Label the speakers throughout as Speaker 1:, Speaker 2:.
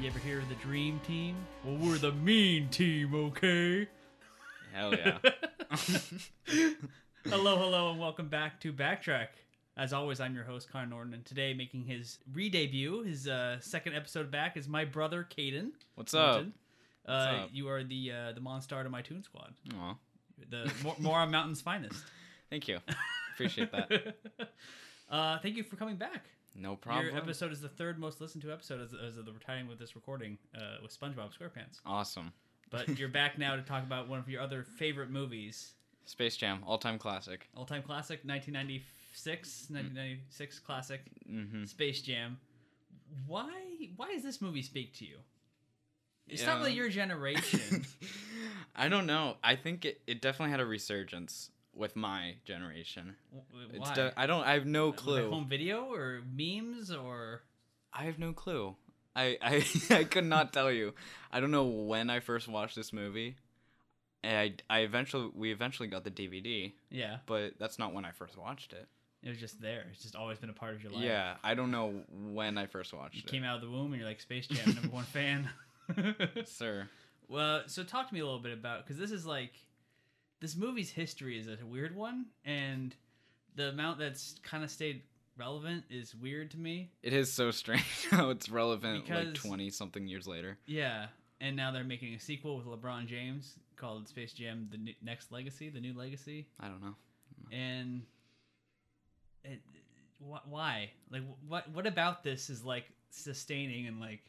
Speaker 1: You ever hear of the Dream Team? Well, we're the Mean Team, okay?
Speaker 2: Hell yeah.
Speaker 1: Hello, hello, and welcome back to Backtrack. As always, I'm your host, Connor Norton, and today making his re-debut, his uh, second episode back, is my brother, Caden.
Speaker 2: What's up?
Speaker 1: Norton. Uh,
Speaker 2: What's up?
Speaker 1: You are the uh, the monster to my Toon Squad,
Speaker 2: Aw,
Speaker 1: the Mor- Moron Mountain's finest.
Speaker 2: thank you. Appreciate that.
Speaker 1: uh, thank you for coming back.
Speaker 2: No problem.
Speaker 1: Your episode is the third most listened to episode as, as of the retiring with this recording uh, with SpongeBob SquarePants.
Speaker 2: Awesome.
Speaker 1: But you're back now to talk about one of your other favorite movies,
Speaker 2: Space Jam, all time classic.
Speaker 1: all-time classic,
Speaker 2: Mm.
Speaker 1: 1996, 1996 classic,
Speaker 2: Mm-hmm.
Speaker 1: Space Jam. Why? Why does this movie speak to you? It's not really
Speaker 2: Yeah.
Speaker 1: your generation.
Speaker 2: I don't know. I think it, it definitely had a resurgence with my generation.
Speaker 1: W-
Speaker 2: It's
Speaker 1: Why?
Speaker 2: de- I don't. I have no
Speaker 1: Was it
Speaker 2: clue.
Speaker 1: home video or memes or
Speaker 2: I have no clue. I I, I could not tell you. I don't know when I first watched this movie. And I I eventually we eventually got the DVD,
Speaker 1: yeah,
Speaker 2: but that's not when I first watched it.
Speaker 1: it was just there. It's just always been a part of your life.
Speaker 2: Yeah, I don't know when I first
Speaker 1: You
Speaker 2: watched it.
Speaker 1: came out of the womb and you're like Space Jam number one fan.
Speaker 2: Sir.
Speaker 1: well, so talk to me a little bit about because this is like this movie's history is a weird one, and the amount that's kind of stayed relevant is weird to me.
Speaker 2: It is so strange how it's relevant like
Speaker 1: Because-
Speaker 2: 20 something years later.
Speaker 1: Yeah, and now they're making a sequel with LeBron James called Space Jam: The New- Next Legacy, the New Legacy,
Speaker 2: I don't know.
Speaker 1: and it, wh- why? Like, wh- what? What about this is like sustaining and like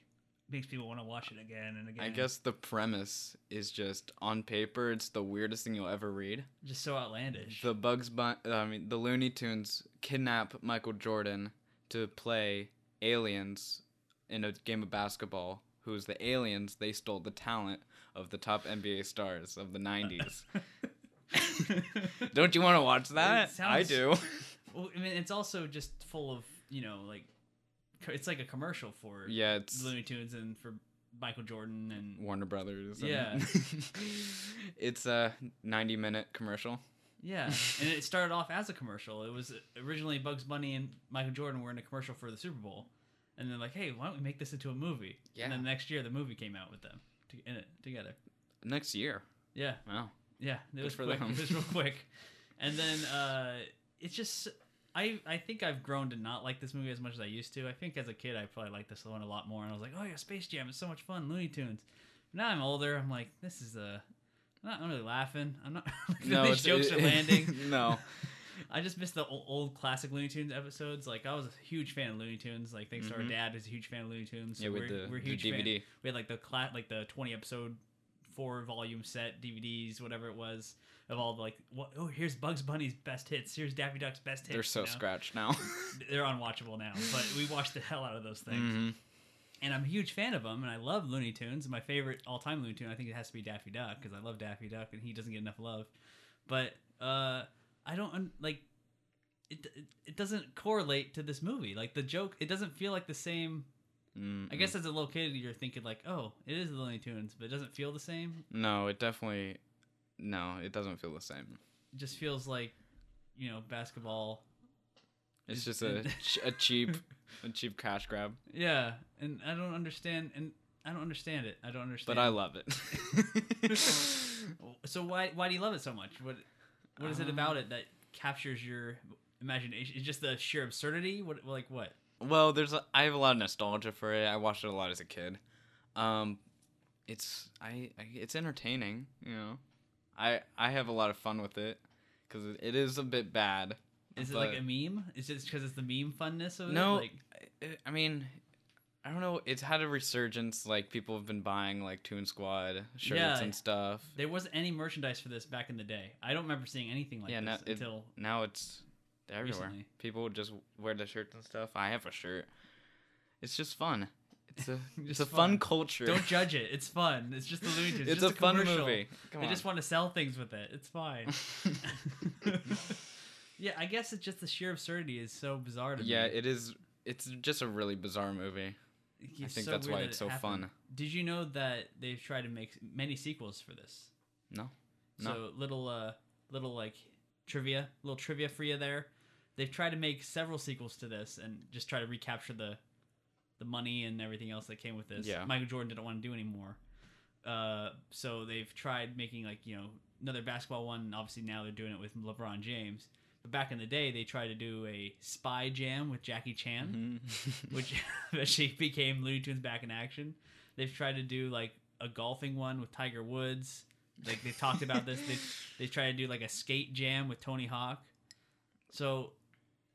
Speaker 1: makes people want to watch it again and again?
Speaker 2: I guess the premise is just on paper it's the weirdest thing you'll ever read.
Speaker 1: just so outlandish.
Speaker 2: The Bugs Bun- uh, I mean the Looney Tunes kidnap Michael Jordan to play aliens in a game of basketball. Who's the aliens? They stole the talent of the top NBA stars of the 90s. Don't you want to watch that? I
Speaker 1: sounds-
Speaker 2: do.
Speaker 1: Well, I mean, it's also just full of you know, like co- it's like a commercial for
Speaker 2: yeah, it's
Speaker 1: Looney Tunes and for Michael Jordan and
Speaker 2: Warner Brothers. and-
Speaker 1: Yeah.
Speaker 2: it's a 90 minute commercial.
Speaker 1: yeah, and it started off as a commercial. It was originally Bugs Bunny and Michael Jordan were in a commercial for the Super Bowl, and they're like, hey, why don't we make this into a movie?
Speaker 2: Yeah.
Speaker 1: And then the next year, the movie came out with them to, in it together.
Speaker 2: Next year.
Speaker 1: Yeah,
Speaker 2: Wow.
Speaker 1: yeah, it was
Speaker 2: for
Speaker 1: quick.
Speaker 2: them.
Speaker 1: It was real quick, and then uh, it's just. I, I think I've grown to not like this movie as much as I used to. I think as a kid I probably liked this one a lot more, and I was like, "Oh yeah, Space Jam is so much fun, Looney Tunes." now I'm older, I'm like, "This is a, I'm not really laughing. I'm not. these jokes are landing.
Speaker 2: no.
Speaker 1: I just miss the old, old classic Looney Tunes episodes. Like I was a huge fan of Looney Tunes. Like thanks to
Speaker 2: Mhm.
Speaker 1: our dad, who's a huge fan of Looney Tunes. So
Speaker 2: yeah,
Speaker 1: we're,
Speaker 2: with the,
Speaker 1: we're
Speaker 2: the
Speaker 1: huge fan-
Speaker 2: DVD.
Speaker 1: we had like the cla- like the 20 episode four volume set DVDs whatever it was of all the like what, oh here's Bugs Bunny's best hits here's Daffy Duck's best hits
Speaker 2: They're so
Speaker 1: you know?
Speaker 2: scratched now.
Speaker 1: they're unwatchable now but we watched the hell out of those things
Speaker 2: Mhm.
Speaker 1: and I'm a huge fan of them and I love Looney Tunes my favorite all time Looney Tune I think it has to be Daffy Duck because I love Daffy Duck and he doesn't get enough love but uh I don't un- like it, it it doesn't correlate to this movie like the joke it doesn't feel like the same
Speaker 2: Mm,
Speaker 1: I guess as a little kid, you're thinking like, "Oh, it is the Looney Tunes," but it doesn't feel the same.
Speaker 2: No, it definitely. No, it doesn't feel the same.
Speaker 1: It just feels like, you know, basketball.
Speaker 2: It's
Speaker 1: It's-
Speaker 2: just a,
Speaker 1: it-
Speaker 2: ch- a cheap a cheap cash grab,
Speaker 1: Yeah, and I don't understand, and I don't understand it. I don't understand.
Speaker 2: but I love it.
Speaker 1: So why why do you love it so much? What what is it
Speaker 2: Um,
Speaker 1: about it that captures your imagination? It's just the sheer absurdity. What like what?
Speaker 2: well, there's a, I have a lot of nostalgia for it. I watched it a lot as a kid. Um, it's I, I it's entertaining, you know. I I have a lot of fun with it because it is a bit bad.
Speaker 1: Is
Speaker 2: but-
Speaker 1: it like a meme? Is it because it's the meme funness of
Speaker 2: No,
Speaker 1: it? Like,
Speaker 2: I- I mean, I don't know. It's had a resurgence. Like people have been buying like Toon Squad shirts
Speaker 1: Yeah.
Speaker 2: and stuff.
Speaker 1: there wasn't any merchandise for this back in the day. I don't remember seeing anything like
Speaker 2: Yeah, no,
Speaker 1: this
Speaker 2: it-
Speaker 1: until
Speaker 2: Now it's everywhere.
Speaker 1: Recently.
Speaker 2: People just wear the shirts and stuff. I have a shirt. It's just fun. It's a it's
Speaker 1: Just
Speaker 2: a fun,
Speaker 1: fun.
Speaker 2: culture.
Speaker 1: Don't judge it. It's fun. It's just the Looney Tunes.
Speaker 2: it's
Speaker 1: just
Speaker 2: a, fun
Speaker 1: commercial.
Speaker 2: movie. Come
Speaker 1: they
Speaker 2: on.
Speaker 1: just want to sell things with it. It's fine. yeah, I guess it's just the sheer absurdity is so bizarre to
Speaker 2: yeah,
Speaker 1: me.
Speaker 2: it is. It's just a really bizarre movie.
Speaker 1: It's
Speaker 2: I think
Speaker 1: so
Speaker 2: that's
Speaker 1: weird
Speaker 2: why
Speaker 1: that
Speaker 2: it's
Speaker 1: it
Speaker 2: so
Speaker 1: happened.
Speaker 2: fun.
Speaker 1: Did you know that they've tried to make many sequels for this?
Speaker 2: No.
Speaker 1: So little, uh, little like trivia, little trivia for you there. They've tried to make several sequels to this and just try to recapture the the money and everything else that came with this.
Speaker 2: Yeah.
Speaker 1: Michael Jordan didn't want to do anymore. Uh, so they've tried making like you know another basketball one. And obviously now they're doing it with LeBron James. But back in the day, they tried to do a spy jam with Jackie Chan
Speaker 2: Mhm.
Speaker 1: which eventually became Looney Tunes Back in Action. They've tried to do like a golfing one with Tiger Woods. Like they talked about this. They they tried to do like a skate jam with Tony Hawk. So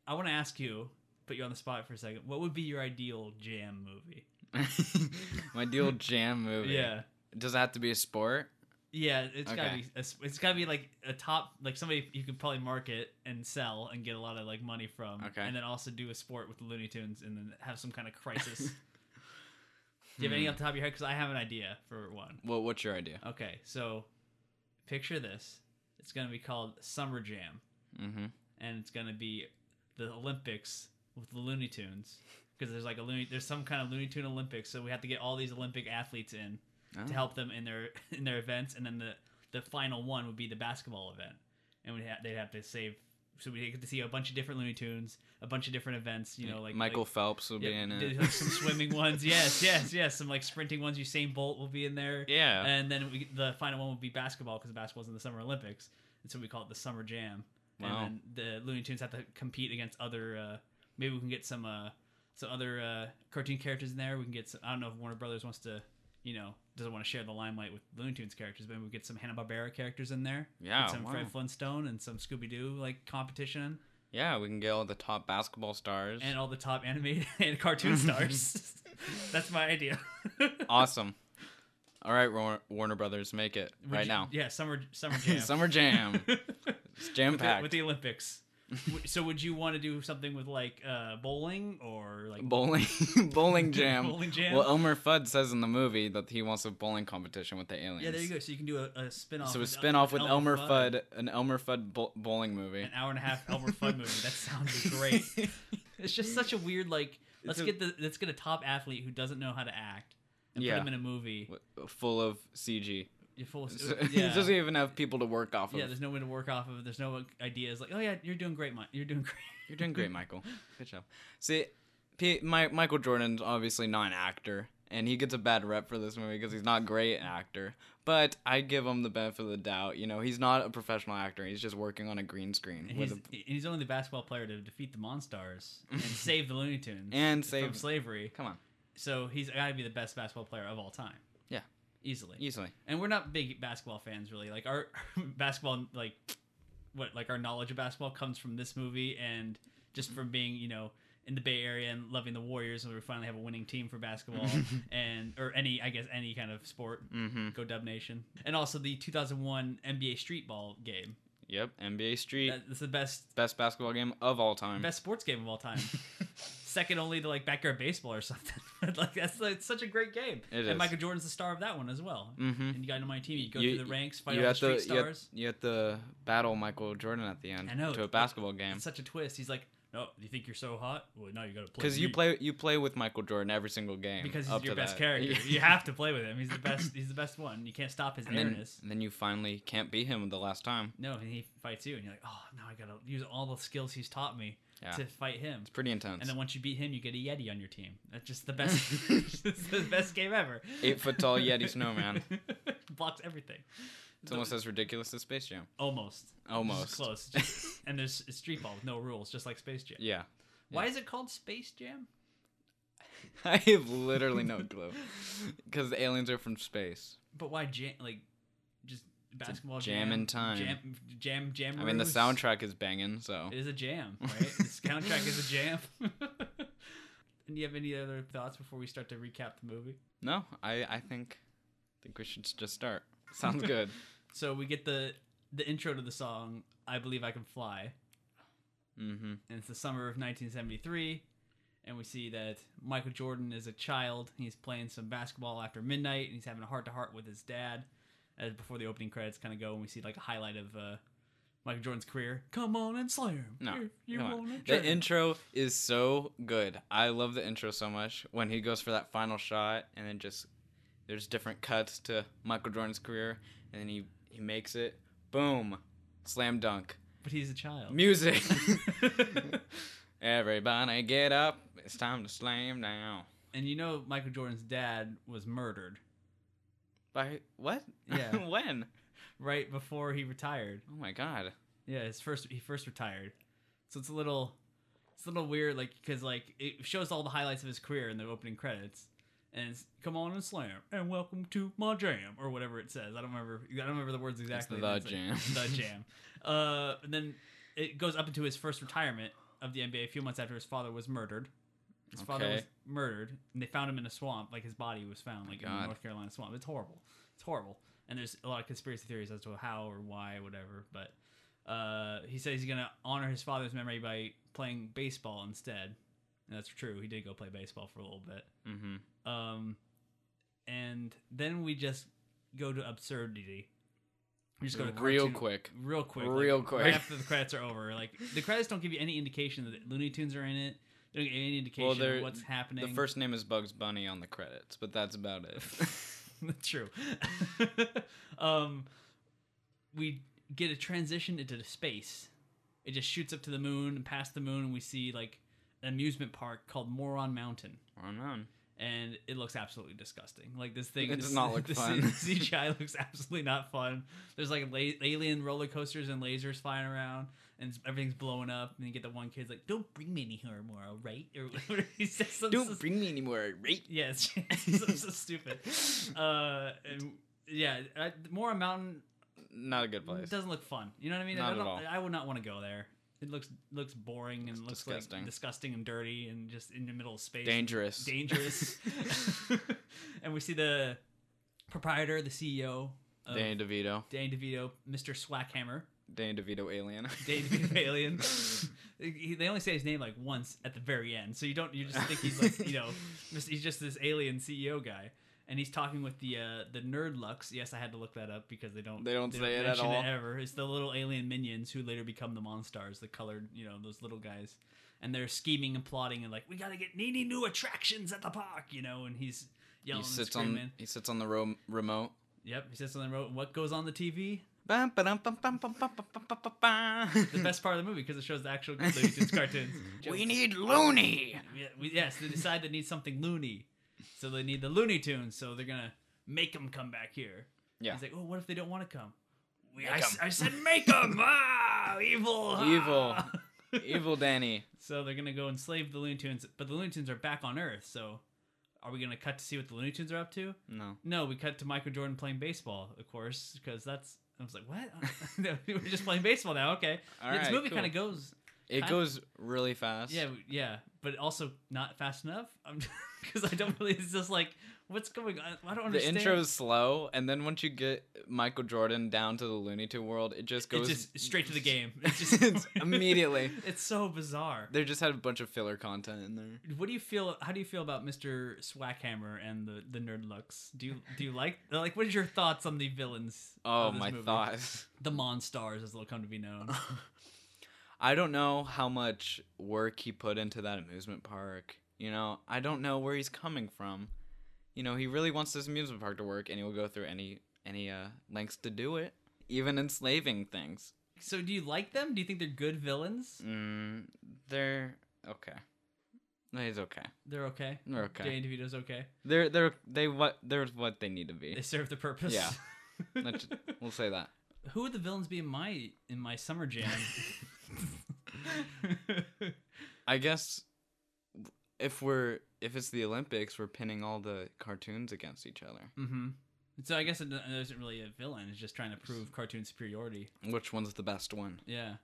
Speaker 1: I want to ask you, put you on the spot for a second. What would be your ideal jam movie?
Speaker 2: Mm-hmm. My deal jam movie.
Speaker 1: Yeah.
Speaker 2: Does it have to be a sport?
Speaker 1: Yeah, it's gotta
Speaker 2: Okay.
Speaker 1: be. A, it's gotta be like a top, like somebody you could probably market and sell and get a lot of like money from.
Speaker 2: Okay.
Speaker 1: And then also do a sport with Looney Tunes and then have some kind of crisis. Do you have any
Speaker 2: Hmm.
Speaker 1: off the top of your head? Because I have an idea for one.
Speaker 2: Well, what's your idea?
Speaker 1: Okay, so picture this. It's gonna be called Summer Jam,
Speaker 2: Mm-hmm.
Speaker 1: and it's gonna be the Olympics with the Looney Tunes. Because there's like a Looney, there's some kind of Looney Tune Olympics, so we have to get all these Olympic athletes in to help them in their in their events, and then the the final one would be the basketball event, and we ha- they'd have to save. So we get to see a bunch of different Looney Tunes, a bunch of different events. You know, like
Speaker 2: Michael
Speaker 1: like-
Speaker 2: Phelps will be
Speaker 1: yeah,
Speaker 2: in
Speaker 1: there's,
Speaker 2: it.
Speaker 1: like, some swimming ones. Yes, yes, yes. Some like sprinting ones. Usain Bolt will be in there.
Speaker 2: Yeah.
Speaker 1: And then we, the final one would be basketball because basketball's in the Summer Olympics, and so we call it the Summer Jam.
Speaker 2: Wow.
Speaker 1: And then the Looney Tunes have to compete against other. Uh, maybe we can get some uh, some other uh, cartoon characters in there. We can get. Some, I don't know if Warner Brothers wants to, you know, doesn't want to share the limelight with Looney Tunes characters, but maybe we get some Hanna Barbera characters in there.
Speaker 2: Yeah,
Speaker 1: Get some
Speaker 2: wow.
Speaker 1: Fred Flintstone and some Scooby Doo like competition,
Speaker 2: yeah, we can get all the top basketball stars.
Speaker 1: and all the top animated and cartoon stars. That's my idea.
Speaker 2: awesome. All right, War- Warner Brothers, make it
Speaker 1: Would
Speaker 2: right
Speaker 1: you-
Speaker 2: now.
Speaker 1: Yeah, summer summer jam.
Speaker 2: Summer Jam. It's jam
Speaker 1: with the,
Speaker 2: packed.
Speaker 1: with the Olympics. W- so would you want to do something with like uh, bowling or like
Speaker 2: Bowling, bowling jam.
Speaker 1: Bowling jam.
Speaker 2: Well, Elmer Fudd says in the movie that he wants a bowling competition with the aliens.
Speaker 1: yeah, there you go. Oh, So you can do a, a spin off.
Speaker 2: So a spin off with Elmer Fudd, an Elmer Fudd bo- bowling movie.
Speaker 1: an hour and a half Elmer Fudd movie. That sounds great. It's just such a weird like. Let's
Speaker 2: a-
Speaker 1: get the let's get a top athlete who doesn't know how to act and
Speaker 2: Yeah.
Speaker 1: put him in a movie.
Speaker 2: W- Full of CG.
Speaker 1: You're full of,
Speaker 2: So,
Speaker 1: uh, yeah.
Speaker 2: It doesn't even have people to work off
Speaker 1: yeah,
Speaker 2: of.
Speaker 1: there's no one to work off of. There's no ideas like, oh yeah, you're doing great, Mike. You're doing great.
Speaker 2: You're doing great, Michael. Good job. See, P- My- Michael Jordan's obviously not an actor, and he gets a bad rep for this movie because he's not a great an actor. But I give him the benefit of the doubt. You know, he's not a professional actor. He's just working on a green screen
Speaker 1: And he's,
Speaker 2: with a,
Speaker 1: and he's only the basketball player to defeat the Monstars and save the Looney Tunes
Speaker 2: and
Speaker 1: from
Speaker 2: save.
Speaker 1: slavery.
Speaker 2: Come on,
Speaker 1: So he's got to be the best basketball player of all time.
Speaker 2: Yeah.
Speaker 1: easily.
Speaker 2: easily.
Speaker 1: And we're not big basketball fans, really. Like our basketball, like what, like our knowledge of basketball comes from this movie and just from being, you know, in the Bay Area and loving the Warriors, and we finally have a winning team for basketball and or any, I guess, any kind of sport.
Speaker 2: Mm-hmm.
Speaker 1: Go Dub Nation, and also the 2001 NBA Street Ball game.
Speaker 2: Yep. NBA Street,
Speaker 1: That- That's the best
Speaker 2: best basketball game of all time.
Speaker 1: best sports game of all time. Second only to like backyard baseball or something. like that's it's such a great game.
Speaker 2: It
Speaker 1: and
Speaker 2: is.
Speaker 1: Michael Jordan's the star of that one as well.
Speaker 2: mm-hmm.
Speaker 1: And you got him on your team. You go
Speaker 2: You-
Speaker 1: through the ranks, fight
Speaker 2: You
Speaker 1: all the
Speaker 2: have
Speaker 1: street
Speaker 2: to you have,
Speaker 1: stars.
Speaker 2: you have to battle Michael Jordan at the end
Speaker 1: I know,
Speaker 2: to a
Speaker 1: it's-
Speaker 2: basketball game
Speaker 1: It's such a twist. He's like, no, you think you're so hot? Well, now you got to play
Speaker 2: because you
Speaker 1: me."
Speaker 2: play you play with Michael Jordan every single game
Speaker 1: because he's
Speaker 2: up
Speaker 1: your
Speaker 2: to
Speaker 1: best
Speaker 2: that.
Speaker 1: character. you have to play with him. He's the best. He's the best one. You can't stop his
Speaker 2: and then,
Speaker 1: airness.
Speaker 2: and then you finally can't beat him the last time.
Speaker 1: No, and he fights you, and you're like, oh, now I gotta use all the skills he's taught me
Speaker 2: Yeah.
Speaker 1: to fight him.
Speaker 2: It's pretty intense.
Speaker 1: And then once you beat him, you get a Yeti on your team. That's just the best. it's the best game ever.
Speaker 2: Eight foot tall Yeti snowman.
Speaker 1: blocks everything.
Speaker 2: it's almost as ridiculous as Space Jam.
Speaker 1: Almost.
Speaker 2: Almost.
Speaker 1: Just close. Just- and there's a street ball with no rules, just like Space Jam.
Speaker 2: Yeah.
Speaker 1: Why is it called Space Jam?
Speaker 2: I have literally no clue. Because the aliens are from space.
Speaker 1: But why jam? Like just basketball
Speaker 2: jam in time.
Speaker 1: Jam, jam, jam.
Speaker 2: I mean, the
Speaker 1: roos.
Speaker 2: soundtrack is banging, so.
Speaker 1: It is a jam, right? the soundtrack is a jam. and do you have any other thoughts before we start to recap the movie?
Speaker 2: No, I, I think think we should just start. Sounds good.
Speaker 1: So we get the the intro to the song "I Believe I Can Fly,"
Speaker 2: hmm
Speaker 1: and it's the summer of 1973 and we see that michael jordan is a child he's playing some basketball after midnight and he's having a heart-to-heart with his dad as before the opening credits kind of go and we see like a highlight of uh, michael jordan's career come on and slam
Speaker 2: No,
Speaker 1: if you
Speaker 2: come on.
Speaker 1: wanna
Speaker 2: The
Speaker 1: try."
Speaker 2: intro is so good. I love the intro so much. When he goes for that final shot, and then just there's different cuts to Michael Jordan's career, and then he he makes it. Boom, slam dunk.
Speaker 1: but he's a child
Speaker 2: Music. Everybody get up. It's time to slam down.
Speaker 1: and you know Michael Jordan's dad was murdered
Speaker 2: By what?
Speaker 1: Yeah.
Speaker 2: when?
Speaker 1: right before he retired.
Speaker 2: Oh my god.
Speaker 1: Yeah, his first he first retired, so it's a little it's a little weird, like because like it shows all the highlights of his career in the opening credits, and it's come on and slam and welcome to my jam or whatever it says. I don't remember. I don't remember the words exactly.
Speaker 2: The
Speaker 1: but like,
Speaker 2: Jam.
Speaker 1: the jam. Uh, and then it goes up into his first retirement of the NBA a few months after his father was murdered. His father
Speaker 2: Okay.
Speaker 1: was murdered, and they found him in a swamp. Like his body was found, like in a
Speaker 2: God.
Speaker 1: North Carolina swamp. It's horrible. It's horrible. And there's a lot of conspiracy theories as to how or why, whatever. But uh, he says he's gonna honor his father's memory by playing baseball instead. And that's true. He did go play baseball for a little bit.
Speaker 2: Mm-hmm.
Speaker 1: Um, and then we just go to absurdity. We just go to
Speaker 2: real
Speaker 1: cartoon-
Speaker 2: quick.
Speaker 1: real quick,
Speaker 2: Real
Speaker 1: like,
Speaker 2: quick.
Speaker 1: right after the credits are over. Like the credits don't give you any indication that Looney Tunes are in it. They don't give you any
Speaker 2: Well,
Speaker 1: indication
Speaker 2: they're-
Speaker 1: of what's happening.
Speaker 2: The first name is Bugs Bunny on the credits, but that's about it.
Speaker 1: true. um, we get a transition into space. It just shoots up to the moon and past the moon, and we see like an amusement park called Moron Mountain.
Speaker 2: Well known.
Speaker 1: and it looks absolutely disgusting. Like this thing
Speaker 2: It does
Speaker 1: this-
Speaker 2: not look
Speaker 1: the
Speaker 2: fun.
Speaker 1: C- CGI looks absolutely not fun. There's like la- alien roller coasters and lasers flying around, and it's- everything's blowing up. And you get the one kid's like, "Don't bring me any here more, all right?" Or whatever he says. some- some-
Speaker 2: Don't bring me anywhere, right?
Speaker 1: yeah, it's, it's so stupid. Uh, and yeah, I, Mora Mountain
Speaker 2: Not a good place.
Speaker 1: doesn't look fun. You know what I mean?
Speaker 2: Not
Speaker 1: I,
Speaker 2: at
Speaker 1: don't-
Speaker 2: all.
Speaker 1: I would not want to go there. It looks looks boring and looks
Speaker 2: disgusting.
Speaker 1: like disgusting and dirty and just in the middle of space
Speaker 2: Dangerous.
Speaker 1: dangerous. and we see the proprietor, the CEO, of
Speaker 2: Danny DeVito.
Speaker 1: Danny DeVito, Mr. Swackhammer,
Speaker 2: Danny DeVito alien.
Speaker 1: Danny DeVito alien. He- they only say his name like once at the very end, so you don't you just think he's like you know just- he's just this alien CEO guy. And he's talking with the uh, the nerd Lux. Yes, I had to look that up because they don't
Speaker 2: They don't say it at
Speaker 1: mention
Speaker 2: all.
Speaker 1: ever. It's the little alien minions who later become the Monstars, the colored you know those little guys, and they're scheming and plotting and like we gotta get needy new attractions at the park, you know. And he's
Speaker 2: he
Speaker 1: yelling and
Speaker 2: sits
Speaker 1: screaming.
Speaker 2: on he sits on the ro- remote.
Speaker 1: Yep, he sits on the road. What goes on the TV?
Speaker 2: Bum, ba-dum, bum, bum, bum, bum, bum, bum, bum, bum, bum.
Speaker 1: The best part of the movie because it shows the actual Looney Tunes cartoons.
Speaker 2: we need Looney.
Speaker 1: Yeah, we, yes, they decide they need something loony, so they need the Looney Tunes. So they're gonna make them come back here.
Speaker 2: Yeah.
Speaker 1: He's like, oh, what if they don't want to come? We,
Speaker 2: Make
Speaker 1: I,
Speaker 2: 'em.
Speaker 1: s- I said make them. ah, evil. ah."
Speaker 2: Evil Danny.
Speaker 1: so they're gonna go enslave the Looney Tunes, but the Looney Tunes are back on Earth. So are we gonna cut to see what the Looney Tunes are up to?
Speaker 2: No.
Speaker 1: No, we cut to Michael Jordan playing baseball, of course, because that's. I was like, what? No, We're just playing baseball now. Okay.
Speaker 2: All
Speaker 1: this
Speaker 2: right,
Speaker 1: movie
Speaker 2: cool.
Speaker 1: kind of goes
Speaker 2: It
Speaker 1: kinda-
Speaker 2: goes really fast.
Speaker 1: Yeah, w- yeah, but also not fast enough. Because I don't really. It's just like, what's going on? I don't
Speaker 2: The
Speaker 1: understand.
Speaker 2: intro's slow, and then once you get Michael Jordan down to the Looney Tunes world, it just
Speaker 1: It's
Speaker 2: goes
Speaker 1: just straight to the game. It's just
Speaker 2: It's immediately.
Speaker 1: It's so bizarre.
Speaker 2: They just had a bunch of filler content in there.
Speaker 1: What do you feel? How do you feel about Mr. Swackhammer and the the nerd looks? Do you do you like like what is your thoughts on the villains?
Speaker 2: Oh
Speaker 1: of this
Speaker 2: my
Speaker 1: movie?
Speaker 2: thoughts.
Speaker 1: The Monstars, as they'll come to be known.
Speaker 2: I don't know how much work he put into that amusement park. You know, I don't know where he's coming from. You know, he really wants this amusement park to work, and he will go through any any uh, lengths to do it, even enslaving things.
Speaker 1: so, do you like them? Do you think they're good villains?
Speaker 2: Mm, they're okay. No, He's okay.
Speaker 1: They're okay.
Speaker 2: They're okay.
Speaker 1: Danny DeVito's okay.
Speaker 2: They're they're they what they're what they need to
Speaker 1: They
Speaker 2: be.
Speaker 1: serve the purpose.
Speaker 2: Yeah. Let's- We'll say that.
Speaker 1: Who would the villains be in my in my summer jam?
Speaker 2: I guess if we're if it's the Olympics, we're pinning all the cartoons against each other.
Speaker 1: hmm So I guess it it isn't really a villain. It's just trying to prove cartoon superiority.
Speaker 2: Which one's the best one?
Speaker 1: Yeah.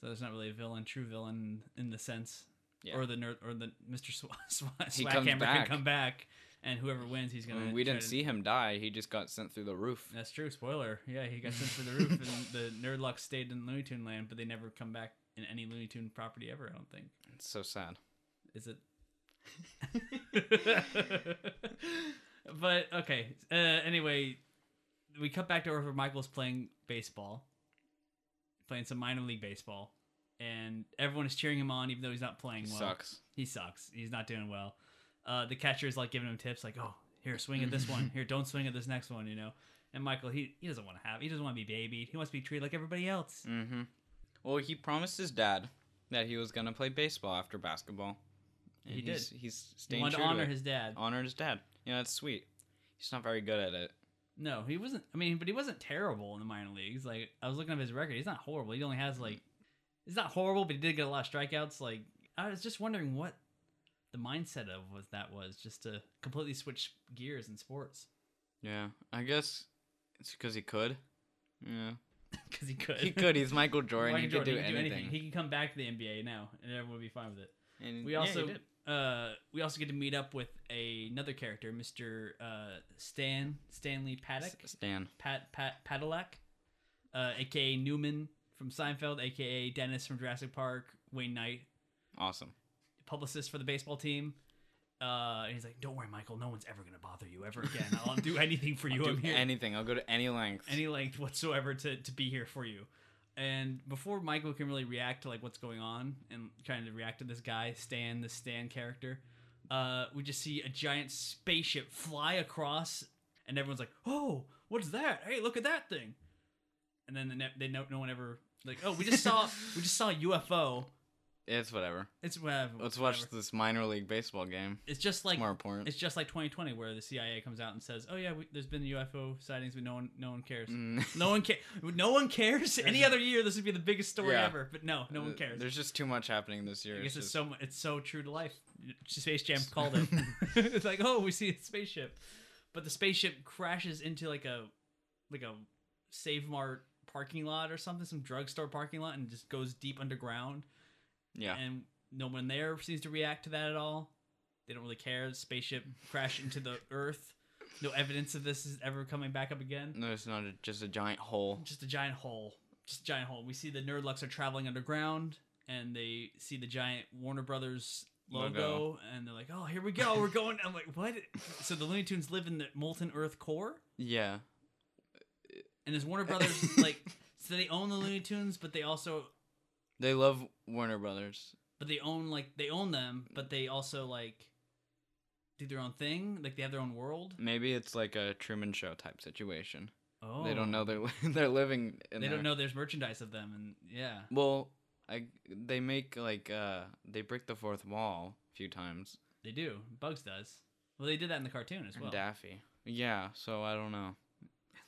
Speaker 1: So there's not really a villain, true villain in the sense,
Speaker 2: Yeah.
Speaker 1: or the nerd, or the Mister Sw- Sw-
Speaker 2: He comes
Speaker 1: Swackhammer can
Speaker 2: back.
Speaker 1: come back, and whoever wins, he's
Speaker 2: I
Speaker 1: gonna.
Speaker 2: mean, we
Speaker 1: try
Speaker 2: didn't
Speaker 1: to-
Speaker 2: see him die. He just got sent through the roof.
Speaker 1: That's true. Spoiler. Yeah, he got sent through the roof, and the Nerdluck stayed in Looney Tune land, but they never come back in any Looney Tune property ever. I don't think.
Speaker 2: It's so sad.
Speaker 1: Is it? but okay. Uh, anyway, we cut back to where Michael's playing baseball, playing some minor league baseball, and everyone is cheering him on, even though he's not playing
Speaker 2: He
Speaker 1: well.
Speaker 2: sucks.
Speaker 1: He sucks. He's not doing well. Uh, the catcher is like giving him tips, like, "Oh, here, swing at this one. Here, don't swing at this next one." You know. And Michael, he he doesn't want to have. He doesn't want to be babied. He wants to be treated like everybody else.
Speaker 2: Mm. Mm-hmm. Well, he promised his dad that he was gonna play baseball after basketball, And
Speaker 1: He
Speaker 2: he's,
Speaker 1: did.
Speaker 2: He's
Speaker 1: He
Speaker 2: staying
Speaker 1: wanted to
Speaker 2: true
Speaker 1: honor
Speaker 2: it.
Speaker 1: his dad.
Speaker 2: honor his dad. You know, that's sweet. He's not very good at it.
Speaker 1: No, he wasn't. I mean, but he wasn't terrible in the minor leagues. Like I was looking up his record, he's not horrible. He only has like, he's not horrible, but he did get a lot of strikeouts. Like I was just wondering what the mindset of was that was just to completely switch gears in sports
Speaker 2: Yeah, I guess it's because he could. Yeah,
Speaker 1: because he could.
Speaker 2: he could. He's Michael Jordan.
Speaker 1: Michael
Speaker 2: he could
Speaker 1: Jordan,
Speaker 2: do,
Speaker 1: he could
Speaker 2: anything.
Speaker 1: He could come back to the NBA now, and everyone would be fine with it.
Speaker 2: And
Speaker 1: We
Speaker 2: yeah, he
Speaker 1: also
Speaker 2: did.
Speaker 1: uh, we also get to meet up with a, another character, Mister uh, Stan Stanley Paddock,
Speaker 2: S- Stan.
Speaker 1: Pat Pat Padillac, uh, aka Newman from Seinfeld, aka Dennis from Jurassic Park, Wayne Knight,
Speaker 2: Awesome.
Speaker 1: publicist for the baseball team. Uh, and he's like, "Don't worry, Michael. No one's ever gonna bother you ever again. I'll do anything for you.
Speaker 2: do
Speaker 1: I'm here
Speaker 2: anything. I'll go to any length.
Speaker 1: any length whatsoever to, to be here for you. And before Michael can really react to like what's going on and kind of react to this guy, Stan, the Stan character, uh, we just see a giant spaceship fly across, and everyone's like, "Oh, what's that? Hey, look at that thing!" And then the ne- they no, no one ever like, "Oh, we just saw we just saw a UFO."
Speaker 2: it's whatever.
Speaker 1: It's whatever.
Speaker 2: Let's watch
Speaker 1: whatever.
Speaker 2: this minor league baseball game.
Speaker 1: It's just like
Speaker 2: More important.
Speaker 1: it's just like 2020 where the CIA comes out and says, "Oh yeah, we, there's been UFO sightings, but no one no one cares."
Speaker 2: Mm.
Speaker 1: No one cares. No one cares. Any other year, this would be the biggest story
Speaker 2: Yeah.
Speaker 1: ever. But no, no one cares.
Speaker 2: There's just too much happening this year.
Speaker 1: I guess it's
Speaker 2: just-
Speaker 1: so mu- it's so true to life. Space Jam called it. it's like, oh, we see a spaceship, but the spaceship crashes into like a like a Save Mart parking lot or something, some drugstore parking lot, and just goes deep underground.
Speaker 2: yeah.
Speaker 1: And no one there seems to react to that at all. They don't really care. The spaceship crashed into the Earth. No evidence of this is ever coming back up again.
Speaker 2: No, it's not a, just a giant hole.
Speaker 1: just a giant hole. Just a giant hole. We see the Nerdlucks are traveling underground, and they see the giant Warner Brothers logo,
Speaker 2: Logo.
Speaker 1: and they're like, "Oh, here we go. We're going." I'm like, "What?" So the Looney Tunes live in the molten Earth core,
Speaker 2: Yeah.
Speaker 1: and is Warner Brothers like? So they own the Looney Tunes, but they also,
Speaker 2: They love Warner Brothers.
Speaker 1: but they own like they own them, but they also like do their own thing. Like they have their own world.
Speaker 2: Maybe it's like a Truman Show type situation.
Speaker 1: Oh,
Speaker 2: They don't know they're li- they're living. In
Speaker 1: They
Speaker 2: there.
Speaker 1: don't know there's merchandise of them, and yeah.
Speaker 2: Well, I they make like uh they break the fourth wall a few times.
Speaker 1: They do. Bugs does. Well, they did that in the cartoon as
Speaker 2: And
Speaker 1: well.
Speaker 2: Daffy. Yeah. So I don't know.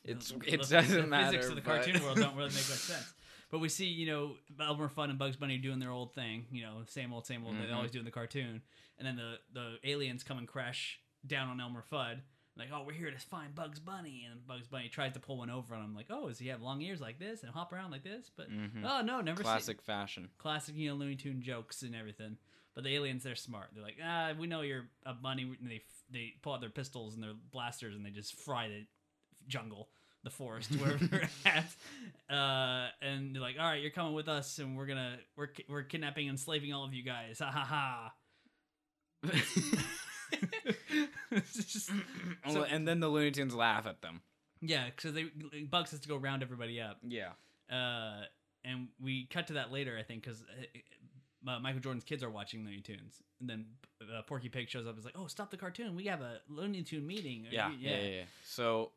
Speaker 2: It's
Speaker 1: The-
Speaker 2: it
Speaker 1: the-
Speaker 2: doesn't
Speaker 1: the
Speaker 2: matter.
Speaker 1: Physics of the
Speaker 2: but-
Speaker 1: cartoon world don't really make much sense. But we see, you know, Elmer Fudd and Bugs Bunny doing their old thing, you know, same old, same old that they
Speaker 2: Mhm.
Speaker 1: always do in the cartoon. And then the the aliens come and crash down on Elmer Fudd. Like, oh, we're here to find Bugs Bunny, and Bugs Bunny tries to pull one over on him. Like, oh, does he have long ears like this and hop around like this? But
Speaker 2: Mhm.
Speaker 1: oh no, never seen
Speaker 2: Classic fashion.
Speaker 1: classic, you know, Looney Tune jokes and everything. But the aliens, they're smart. They're like, ah, we know you're a bunny. And they they pull out their pistols and their blasters and they just fry the jungle, the forest, wherever they're at. Uh, and they're like, all right, you're coming with us, and we're gonna we're ki- we're kidnapping and enslaving all of you guys. Ha ha ha. It's just-
Speaker 2: Oh,
Speaker 1: so-
Speaker 2: and then the Looney Tunes laugh at them.
Speaker 1: yeah, because they Bugs has to go round everybody up.
Speaker 2: Yeah.
Speaker 1: uh, and we cut to that later, I think, because uh, Michael Jordan's kids are watching Looney Tunes, and then uh, Porky Pig shows up. and is like, "Oh, stop the cartoon! We have a Looney Tune meeting."
Speaker 2: Yeah, yeah, yeah. yeah. So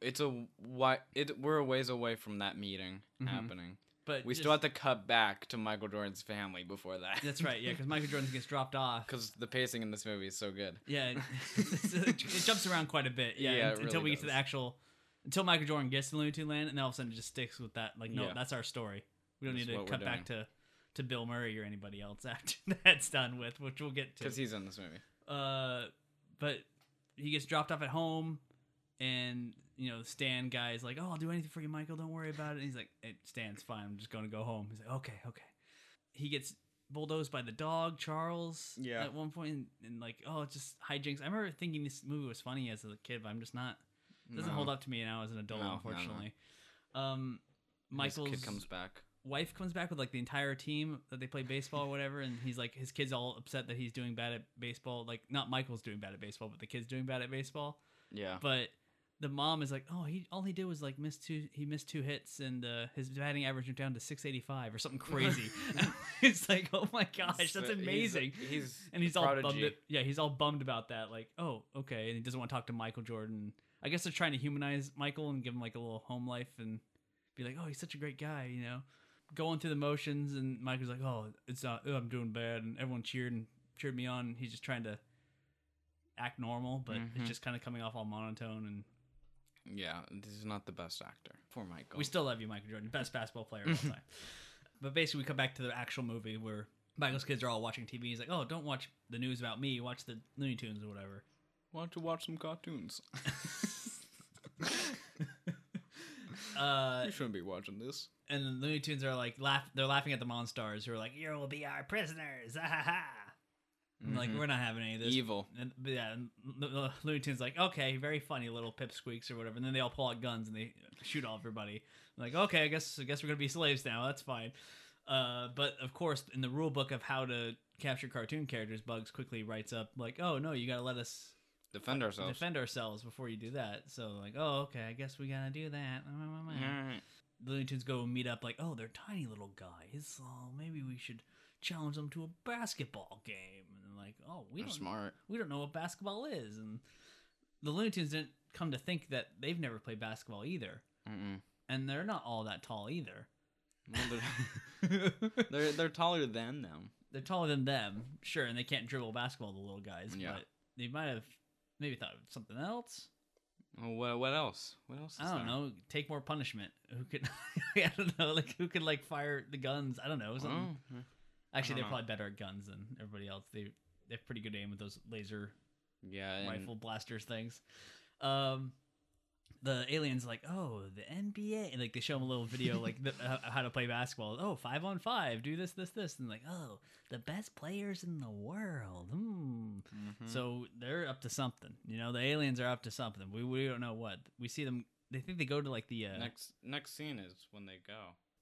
Speaker 2: it's a why it we're a ways away from that meeting
Speaker 1: Mhm.
Speaker 2: happening.
Speaker 1: But
Speaker 2: We
Speaker 1: just-
Speaker 2: still have to cut back to Michael Jordan's family before that.
Speaker 1: That's right, yeah, because Michael Jordan gets dropped off.
Speaker 2: Because the pacing in this movie is so good.
Speaker 1: Yeah, it jumps around quite a bit. Yeah,
Speaker 2: Yeah, it
Speaker 1: un- until
Speaker 2: really
Speaker 1: we get to the
Speaker 2: does.
Speaker 1: actual, until Michael Jordan gets to Looney Tune Land, and then all of a sudden it just sticks with that. Like, no,
Speaker 2: Yeah.
Speaker 1: that's our story. We don't
Speaker 2: That's
Speaker 1: need to
Speaker 2: what we're
Speaker 1: cut back to to Bill Murray or anybody else after that's done with, which we'll get to.
Speaker 2: Because he's in this movie.
Speaker 1: Uh, but he gets dropped off at home, and you know Stan guy is like, "Oh, I'll do anything for you, Michael. Don't worry about it." And he's like, "It Stan's fine. I'm just going to go home." He's like, "Okay, okay." He gets bulldozed by the dog Charles.
Speaker 2: Yeah.
Speaker 1: At one point, and, and like, oh, it's just hijinks. I remember thinking this movie was funny as a kid, but I'm just not. It doesn't
Speaker 2: No.
Speaker 1: hold up to me now as an adult,
Speaker 2: No, no, no.
Speaker 1: unfortunately. Um,
Speaker 2: His
Speaker 1: Michael's
Speaker 2: kid comes back.
Speaker 1: wife comes back with like the entire team that they play baseball or whatever, and he's like his kids all upset that he's doing bad at baseball. Like not Michael's doing bad at baseball, but the kids doing bad at baseball.
Speaker 2: Yeah.
Speaker 1: But the mom is like, oh, he all he did was like miss two he missed two hits and uh, his batting average went down to six eighty five or something crazy. it's like, oh my gosh, that's
Speaker 2: So he's- uh,
Speaker 1: amazing.
Speaker 2: He's,
Speaker 1: and he's
Speaker 2: prodigy.
Speaker 1: all bummed. At, yeah, he's all bummed about that. Like, oh, okay, and he doesn't want to talk to Michael Jordan. I guess they're trying to humanize Michael and give him like a little home life and be like, oh, he's such a great guy, you know, going through the motions. And Michael's like, oh, it's not, oh, I'm doing bad, and everyone cheered and cheered me on. He's just trying to act normal, but
Speaker 2: Mhm.
Speaker 1: it's just kind of coming off all monotone. And
Speaker 2: Yeah, this is not the best actor. Poor Michael.
Speaker 1: we still love you, Michael Jordan, best basketball player of all time. But basically, we come back to the actual movie where Michael's kids are all watching TV. He's like, "Oh, don't watch the news about me. Watch the Looney Tunes or whatever."
Speaker 2: Why don't you watch some cartoons?
Speaker 1: Uh,
Speaker 2: you shouldn't be watching this.
Speaker 1: and the Looney Tunes are like laugh. They're laughing at the Monstars, who are like, "You will be our prisoners!" Ah, ha, ha. And Like
Speaker 2: Mhm.
Speaker 1: we're not having any of this.
Speaker 2: Evil.
Speaker 1: And but yeah, and Lo- Lo- Looney Tunes like, okay, very funny little pipsqueaks or whatever. And then they all pull out guns and they shoot all everybody. like, okay, I guess I guess we're gonna be slaves now. That's fine. Uh, but of course, in the rule book of how to capture cartoon characters, Bugs quickly writes up like, oh no, you gotta let us
Speaker 2: Defend ourselves.
Speaker 1: defend ourselves before you do that. So like, oh okay, I guess we gotta do that.
Speaker 2: Alright.
Speaker 1: The Looney Tunes go meet up like, oh, they're tiny little guys. Oh, maybe we should challenge them to a basketball game. And they're like, oh, we
Speaker 2: They're
Speaker 1: don't
Speaker 2: smart.
Speaker 1: we don't know what basketball is. And the Looney Tunes didn't come to think that they've never played basketball either.
Speaker 2: Mm-mm.
Speaker 1: And they're not all that tall either.
Speaker 2: Well, they're, they're they're taller than them.
Speaker 1: They're taller than them, sure, and they can't dribble basketball, the little guys.
Speaker 2: Yeah.
Speaker 1: But they might have maybe thought of something else.
Speaker 2: Well, what, Oh, what else? What else? Is
Speaker 1: I don't
Speaker 2: there?
Speaker 1: know. Take more punishment. Who could? I don't know. Like who could like fire the guns? I don't know. Something.
Speaker 2: Oh, yeah.
Speaker 1: Actually,
Speaker 2: don't
Speaker 1: they're
Speaker 2: know.
Speaker 1: probably better at guns than everybody else. They they have pretty good aim with those laser
Speaker 2: yeah, and
Speaker 1: rifle blasters things. Um, the aliens like, oh, the NBA, and like they show them a little video like the, how, how to play basketball. Oh, five on five, do this, this, this, and like, oh, the best players in the world. Hmm.
Speaker 2: mhm.
Speaker 1: So they're up to something. You know, the aliens are up to something. We we don't know what. We see them. They think they go to like the uh,
Speaker 2: next next scene is when they go.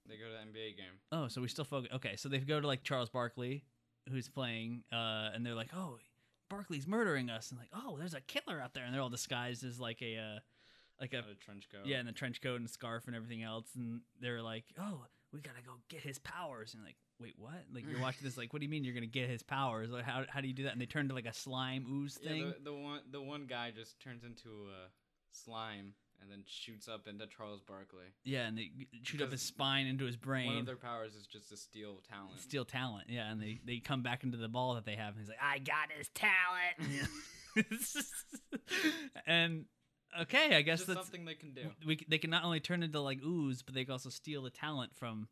Speaker 2: They go to the NBA game.
Speaker 1: Oh, so we still focus. Okay, so they go to like Charles Barkley, who's playing, uh, and they're like, "Oh, Barkley's murdering us," and like, "Oh, there's a killer out there," and they're all disguised as like a, uh, like a
Speaker 2: The trench coat.
Speaker 1: yeah, in the trench coat and scarf and everything else, and they're like, "Oh, we gotta go get his powers," and like, wait, what? Like you're watching this, like, what do you mean you're gonna get his powers? Like, how how do you do that? And they turn to like a slime ooze
Speaker 2: Yeah,
Speaker 1: thing.
Speaker 2: the, the one the one guy just turns into a slime and then shoots up into Charles Barkley.
Speaker 1: Yeah, and they shoot up
Speaker 2: Because
Speaker 1: his spine into his brain.
Speaker 2: One of their powers is just to steal talent.
Speaker 1: Steal talent, yeah, and they they come back into the ball that they have, and he's like, "I got his talent," and okay, I guess
Speaker 2: just
Speaker 1: that's
Speaker 2: something they can do.
Speaker 1: we. c- They can not only turn into like ooze, but they can also steal the talent from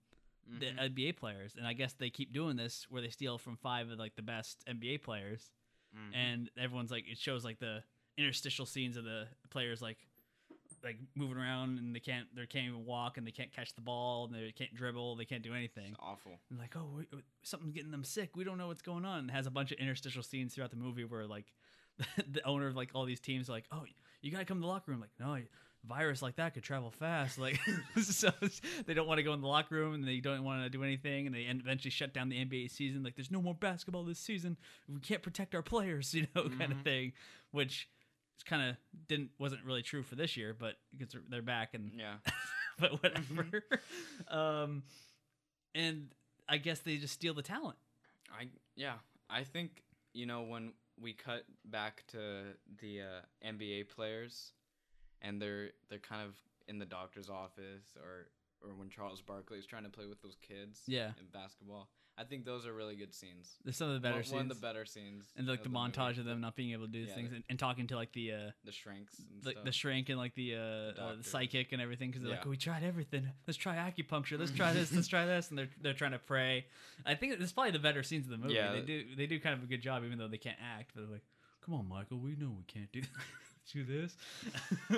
Speaker 1: the
Speaker 2: Mhm.
Speaker 1: NBA players, and I guess they keep doing this where they steal from five of like the best NBA players,
Speaker 2: Mhm.
Speaker 1: and everyone's like, it shows like the interstitial scenes of the players like like moving around, and they can't they can't even walk, and they can't catch the ball, and they can't dribble, they can't do anything.
Speaker 2: It's awful.
Speaker 1: And like, oh, we, we- something's getting them sick. We don't know what's going on. And has a bunch of interstitial scenes throughout the movie where like the owner of like all these teams are like, oh, you gotta come to the locker room. Like, no, virus like that could travel fast. Like, so it's- they don't want to go in the locker room and they don't want to do anything. And they en- eventually shut down the NBA season. Like, there's no more basketball this season. We can't protect our players, you know, kind of
Speaker 2: Mhm.
Speaker 1: thing. Which is kind of didn't wasn't really true for this year, but because they're- they're back and
Speaker 2: Yeah.
Speaker 1: but
Speaker 2: Mm-hmm.
Speaker 1: whatever. um, and I guess they just steal the talent.
Speaker 2: I yeah, I think you know when we cut back to the uh, NBA players, and they're they're kind of in the doctor's office, or or when Charles Barkley is trying to play with those kids,
Speaker 1: Yeah.
Speaker 2: in basketball. I think those are really good scenes.
Speaker 1: There's some of the better
Speaker 2: one,
Speaker 1: scenes.
Speaker 2: one of the better scenes,
Speaker 1: and like the,
Speaker 2: movie.
Speaker 1: montage of them not being able to do these
Speaker 2: Yeah,
Speaker 1: things
Speaker 2: the-
Speaker 1: and, and talking to like the uh
Speaker 2: the shrinks, and
Speaker 1: the,
Speaker 2: stuff.
Speaker 1: the shrink and like the uh, uh
Speaker 2: doctor.
Speaker 1: the psychic and everything because they're like
Speaker 2: Yeah.
Speaker 1: we tried everything let's try acupuncture let's try this let's try this and they're they're trying to pray i think it's probably the better scenes of the movie
Speaker 2: Yeah.
Speaker 1: they do they do kind of a good job even though they can't act but they're like come on michael we know we can't do do this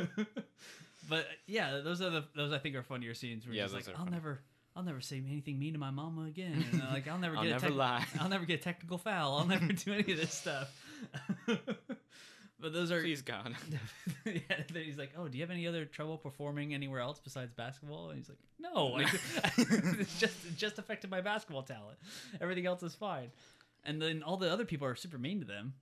Speaker 1: but yeah those are the those i think are funnier scenes where
Speaker 2: Yeah,
Speaker 1: you're just
Speaker 2: those
Speaker 1: like
Speaker 2: are
Speaker 1: i'll
Speaker 2: funny.
Speaker 1: never i'll never say anything mean to my mama again and uh, like i'll never
Speaker 2: I'll
Speaker 1: get a
Speaker 2: never
Speaker 1: tech-
Speaker 2: lie.
Speaker 1: I'll never get a technical foul. I'll never do any of this stuff. but those are.
Speaker 2: Please God,
Speaker 1: yeah, then he's like, "Oh, do you have any other trouble performing anywhere else besides basketball?" And he's like, "No, I- it's just it just affected my basketball talent. Everything else is fine." And then all the other people are super mean to them,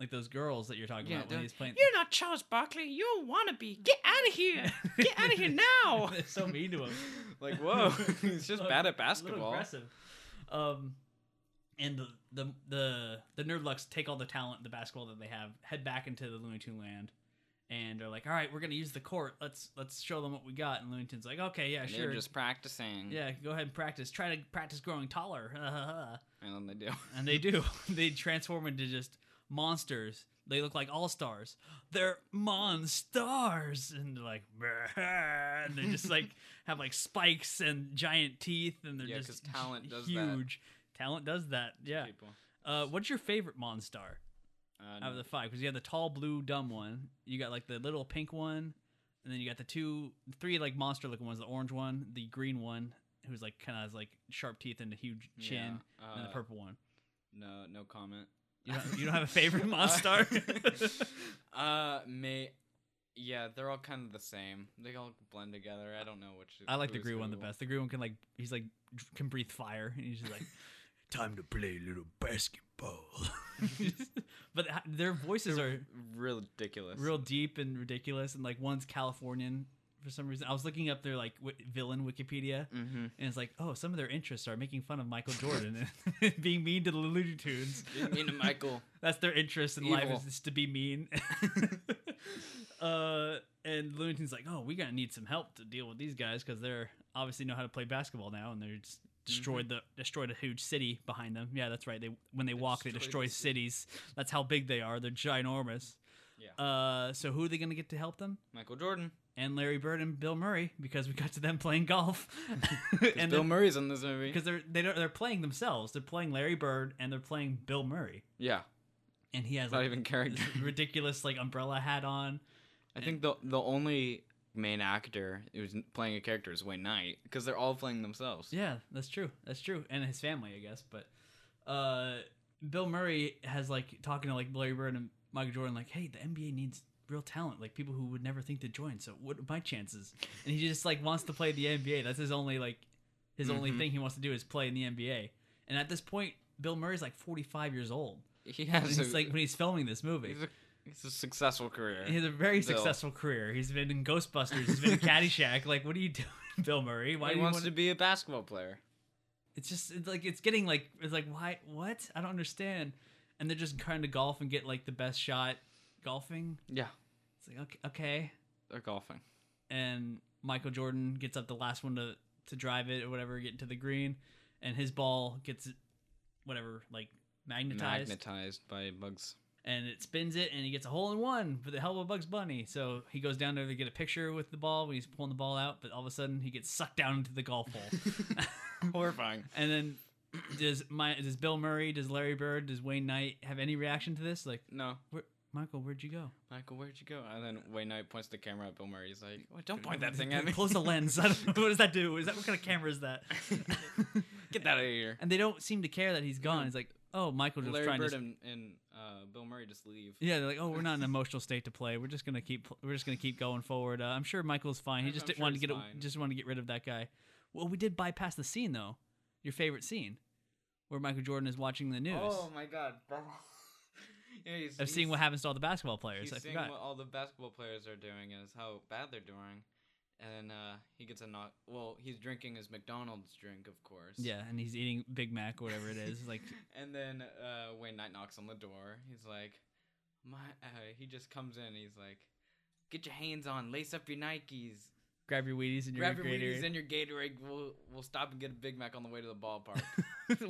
Speaker 1: like those girls that you're talking
Speaker 2: Yeah,
Speaker 1: about when
Speaker 2: they're-
Speaker 1: he's playing.
Speaker 2: you're not Charles Barkley. You wanna be? Get out of here! Get out of here now!
Speaker 1: They're so mean to him.
Speaker 2: like whoa, he's just
Speaker 1: Look,
Speaker 2: bad at
Speaker 1: A little
Speaker 2: basketball.
Speaker 1: aggressive. Um, and the the the the Nerdlucks take all the talent, the basketball that they have, head back into the Looney Tune land, and they're like, "All right, we're gonna use the court. Let's let's show them what we got." And Looney Tunes like, "Okay, yeah, sure,
Speaker 2: They're just practicing.
Speaker 1: yeah, go ahead and practice. Try to practice growing taller."
Speaker 2: And then they do.
Speaker 1: and they do. they transform into just monsters. They look like all stars. They're monstars, and they're like, "Brrr," and they just like have like spikes and giant teeth, and they're
Speaker 2: Yeah,
Speaker 1: just
Speaker 2: 'cause talent does that.
Speaker 1: huge. Talent does that. Yeah.
Speaker 2: People.
Speaker 1: Uh, what's your favorite monstar
Speaker 2: Uh,
Speaker 1: out of the five? Because you had the tall blue dumb one. You got like the little pink one, and then you got the two, three like monster looking ones. The orange one, the green one, who's like kind of has like sharp teeth and a huge
Speaker 2: yeah,
Speaker 1: chin, and the
Speaker 2: uh,
Speaker 1: purple one.
Speaker 2: No, no comment.
Speaker 1: You don't, you don't have a favorite monster?
Speaker 2: uh, may. Yeah, they're all kind of the same. They all blend together. I don't know which.
Speaker 1: I like the
Speaker 2: who's
Speaker 1: green one the
Speaker 2: who.
Speaker 1: best. The green one can like he's like can breathe fire, and he's just like time to play little basketball. but h- their voices are
Speaker 2: Real ridiculous.
Speaker 1: real deep and ridiculous, and like one's Californian for some reason. I was looking up their like w- villain Wikipedia,
Speaker 2: Mm-hmm.
Speaker 1: and it's like, oh, some of their interests are making fun of Michael Jordan and being mean to the Looney Tunes.
Speaker 2: Into Michael.
Speaker 1: That's their interest in life
Speaker 2: Evil.
Speaker 1: is just to be mean. uh, and Looney Tunes like, oh, we gotta need some help to deal with these guys because they're obviously know how to play basketball now, and they're just destroyed
Speaker 2: Mm-hmm.
Speaker 1: the destroyed a huge city behind them. Yeah, that's right. They when they, walk, they destroy
Speaker 2: destroyed the
Speaker 1: cities. That's how big they are. They're ginormous.
Speaker 2: Yeah.
Speaker 1: Uh, so who are they gonna get to help them?
Speaker 2: Michael Jordan.
Speaker 1: And Larry Bird and Bill Murray because we got to them playing golf.
Speaker 2: And
Speaker 1: and
Speaker 2: Bill Murray's in this movie.
Speaker 1: because they're they don't, they're playing themselves. They're playing Larry Bird and they're playing Bill Murray.
Speaker 2: Yeah,
Speaker 1: And he has
Speaker 2: not
Speaker 1: like,
Speaker 2: even character.
Speaker 1: this ridiculous like umbrella hat on.
Speaker 2: I think the the only main actor who's playing a character is Wayne Knight because they're all playing themselves.
Speaker 1: Yeah, that's true. That's true. And his family, I guess. But uh, Bill Murray has like talking to like Larry Bird and Michael Jordan, like, "Hey, the NBA needs real talent, like people who would never think to join. So what are my chances?" And he just like wants to play the NBA. That's his only like his only
Speaker 2: Mhm.
Speaker 1: thing he wants to do is play in the NBA. And at this point, Bill Murray's like 45 years old.
Speaker 2: He
Speaker 1: And
Speaker 2: has a,
Speaker 1: he's like when he's filming this movie.
Speaker 2: he's a he's a successful career.
Speaker 1: He has a very
Speaker 2: Bill.
Speaker 1: successful career. He's been in Ghostbusters. He's been in Caddyshack. Like, what are you doing, Bill Murray? Why
Speaker 2: he
Speaker 1: do you
Speaker 2: wants
Speaker 1: want
Speaker 2: to be a basketball player.
Speaker 1: It's just it's like it's getting like it's like why what I don't understand. And they're just trying to golf and get like the best shot golfing.
Speaker 2: Yeah,
Speaker 1: It's like okay, okay.
Speaker 2: they're golfing.
Speaker 1: And Michael Jordan gets up the last one to to drive it or whatever, get to the green, and his ball gets whatever like magnetized
Speaker 2: Magnetized by bugs.
Speaker 1: and it spins it and he gets a hole in one with the help of Bugs Bunny. So he goes down there to get a picture with the ball when he's pulling the ball out, but all of a sudden he gets sucked down into the golf hole.
Speaker 2: Horrifying.
Speaker 1: and then does my does Bill Murray, does Larry Bird, does Wayne Knight have any reaction to this? Like,
Speaker 2: No,
Speaker 1: where, Michael, whered you go?
Speaker 2: Michael, where'd you go? And then Wayne Knight points the camera at Bill Murray. He's like, "Well, "Don't point that thing at me.
Speaker 1: Close the lens. I don't, what does that do? Is that what kind of camera is that?
Speaker 2: Get that out of here."
Speaker 1: and they don't seem to care that he's gone. It's like, oh, Michael just
Speaker 2: Larry
Speaker 1: trying
Speaker 2: Bird
Speaker 1: to.
Speaker 2: and, and uh, Bill Murray just leave.
Speaker 1: Yeah, they're like, oh, we're not in an emotional state to play. We're just gonna keep. We're just gonna keep going forward. Uh, I'm sure Michael's fine. He
Speaker 2: I'm-
Speaker 1: just
Speaker 2: I'm
Speaker 1: didn't
Speaker 2: sure
Speaker 1: want to
Speaker 2: he's
Speaker 1: get.
Speaker 2: fine.
Speaker 1: Just want to get rid of that guy. Well, we did bypass the scene though. Your favorite scene, where Michael Jordan is watching the news
Speaker 2: Oh my god. yeah, he's,
Speaker 1: of seeing
Speaker 2: he's-
Speaker 1: what happens to all the basketball players.
Speaker 2: He's
Speaker 1: I
Speaker 2: seeing
Speaker 1: forgot.
Speaker 2: what all the basketball players are doing and is how bad they're doing. And uh, he gets a knock. Well, he's drinking his McDonald's drink, of course.
Speaker 1: Yeah, and he's eating Big Mac or whatever it is. Like,
Speaker 2: And then uh, Wayne Knight knocks on the door. He's like, "My." Uh, he just comes in. He's like, "Get your hands on. Lace up your Nikes.
Speaker 1: grab your Wheaties and your
Speaker 2: Grab your
Speaker 1: Gatorade.
Speaker 2: Wheaties and your Gatorade. We'll we'll stop and get a Big Mac on the way to the ballpark."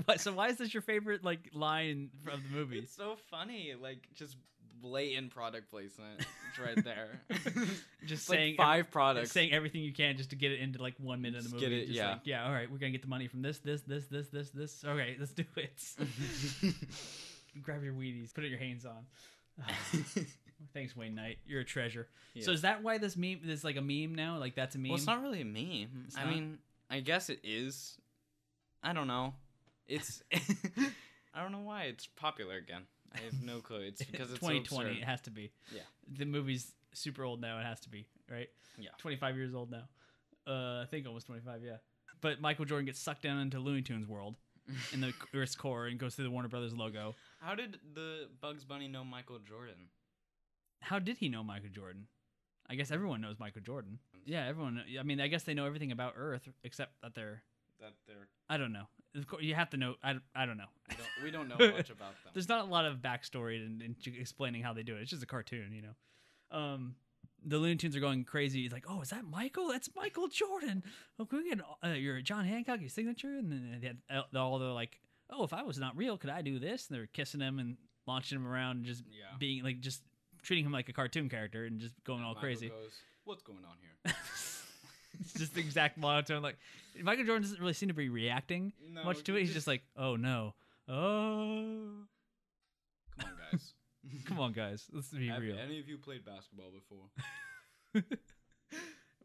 Speaker 1: Why- so why is this your favorite like line from the movie?
Speaker 2: it's so funny. Like just blatant product placement. It's right there.
Speaker 1: Just
Speaker 2: It's like
Speaker 1: saying
Speaker 2: five products.
Speaker 1: saying everything you can just to get it into like one minute of
Speaker 2: Just
Speaker 1: the movie.
Speaker 2: get it,
Speaker 1: just
Speaker 2: yeah.
Speaker 1: like, yeah, all right, we're gonna get the money from this, this, this, this, this, this. All right, let's do it. Grab your Wheaties, put your hands on. Thanks, Wayne Knight. You're a treasure. So
Speaker 2: Yeah.
Speaker 1: is that why this meme is like a meme now? Like that's a meme.
Speaker 2: Well, it's not really a meme.
Speaker 1: It's
Speaker 2: I
Speaker 1: not?
Speaker 2: mean, I guess it is. I don't know. It's. I don't know why it's popular again. I have no clue. It's because it's
Speaker 1: 2020.
Speaker 2: 2020.
Speaker 1: it has to be.
Speaker 2: Yeah.
Speaker 1: The movie's super old now. It has to be right.
Speaker 2: Yeah.
Speaker 1: 25 years old now. Uh, I think almost 25. Yeah. But Michael Jordan gets sucked down into Looney Tunes world in the Earth's core and goes through the Warner Brothers logo.
Speaker 2: How did the Bugs Bunny know Michael Jordan?
Speaker 1: How did he know Michael Jordan? I guess everyone knows Michael Jordan. Yeah, everyone. I mean, I guess they know everything about Earth except that they're.
Speaker 2: That they're
Speaker 1: I don't know. Of course, you have to know. I, I don't know.
Speaker 2: we don't, we don't know much about them.
Speaker 1: There's not a lot of backstory in, in explaining how they do it. It's just a cartoon, you know. Um, the Looney Tunes are going crazy. He's like, "Oh, is that Michael? That's Michael Jordan. Oh, can we get uh, your John Hancock, your signature?" And then they had uh, all the like, "Oh, if I was not real, could I do this?" And they're kissing him and launching him around, and just
Speaker 2: Yeah.
Speaker 1: being like, just treating him like a cartoon character and just going all
Speaker 2: Michael
Speaker 1: crazy.
Speaker 2: goes, What's going on here?
Speaker 1: it's just the exact monotone. Like Michael Jordan doesn't really seem to be reacting
Speaker 2: No,
Speaker 1: much to
Speaker 2: he
Speaker 1: it. He's
Speaker 2: just-
Speaker 1: just like, "Oh no, oh,
Speaker 2: Come on, guys.
Speaker 1: come on, guys, let's be
Speaker 2: Have
Speaker 1: real."
Speaker 2: any of you played basketball before?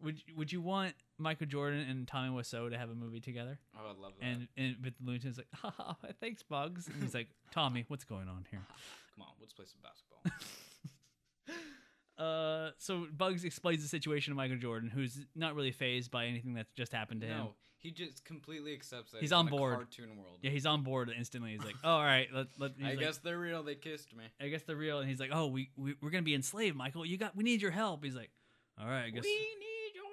Speaker 1: Would Would you want Michael Jordan and Tommy Wiseau to have a movie together?
Speaker 2: Oh, I love that.
Speaker 1: And and but Looney Tunes like, ha, ha, ha, thanks Bugs. And he's like, Tommy, what's going on here?
Speaker 2: Come on, let's play some basketball.
Speaker 1: Uh, so Bugs explains the situation to Michael Jordan, who's not really phased by anything that's just happened to him.
Speaker 2: no, he just completely accepts that
Speaker 1: He's
Speaker 2: in
Speaker 1: on
Speaker 2: a
Speaker 1: board.
Speaker 2: cartoon world.
Speaker 1: Yeah, he's on board instantly. He's like, oh, all right, let let. he's
Speaker 2: I
Speaker 1: like,
Speaker 2: guess they're real. They kissed me.
Speaker 1: I guess the real. And he's like, oh, we, we we're gonna be enslaved, Michael. You got we need your help. He's like, all right, I guess.
Speaker 2: need your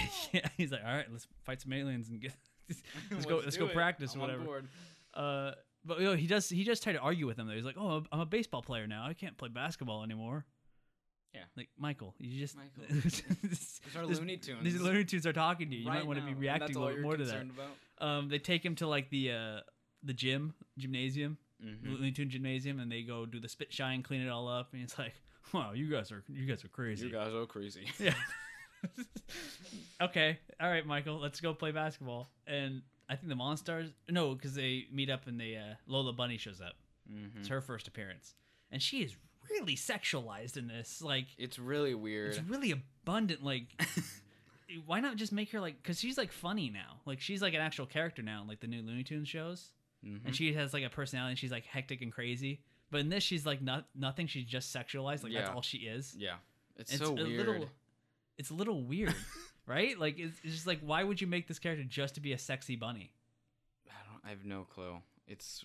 Speaker 2: help.
Speaker 1: yeah, he's like, all right, let's fight some aliens and get. Let's go. Let's
Speaker 2: do
Speaker 1: go
Speaker 2: it.
Speaker 1: practice.
Speaker 2: I'm on
Speaker 1: whatever.
Speaker 2: board.
Speaker 1: Uh, but you know, he does. He does try to argue with him. Though he's like, "Oh, I'm a baseball player now. I can't play basketball anymore."
Speaker 2: Yeah.
Speaker 1: Like Michael, you just
Speaker 2: Michael.
Speaker 1: this-
Speaker 2: These are
Speaker 1: this-
Speaker 2: Looney Tunes.
Speaker 1: These Looney Tunes are talking to you. You
Speaker 2: right
Speaker 1: might want to
Speaker 2: now,
Speaker 1: be
Speaker 2: and
Speaker 1: reacting
Speaker 2: that's
Speaker 1: a
Speaker 2: all
Speaker 1: little bit
Speaker 2: you're
Speaker 1: more to that.
Speaker 2: concerned About?
Speaker 1: Um, they take him to like the uh the gym gymnasium,
Speaker 2: Mhm.
Speaker 1: Looney Tune gymnasium, and they go do the spit shine, clean it all up, and it's like, wow, you guys are you guys are crazy.
Speaker 2: You guys are crazy.
Speaker 1: Yeah. okay. All right, Michael. Let's go play basketball. And I think the Monstars. No, because they meet up and they uh, Lola Bunny shows up.
Speaker 2: Mm-hmm.
Speaker 1: It's her first appearance, and she is really sexualized in this. Like
Speaker 2: It's really weird.
Speaker 1: it's really abundant. Like. Why not just make her like? Cause she's like funny now. Like she's like an actual character now, in, like the new Looney Tunes shows.
Speaker 2: Mhm.
Speaker 1: And she has like a personality. and She's like hectic and crazy. But in this, she's like not nothing. She's just sexualized. Like that's
Speaker 2: Yeah.
Speaker 1: all she is
Speaker 2: Yeah, it's, so weird.
Speaker 1: little it's a little weird right like it's, it's just like why would you make this character just to be a sexy bunny
Speaker 2: I don't. I have no clue. It's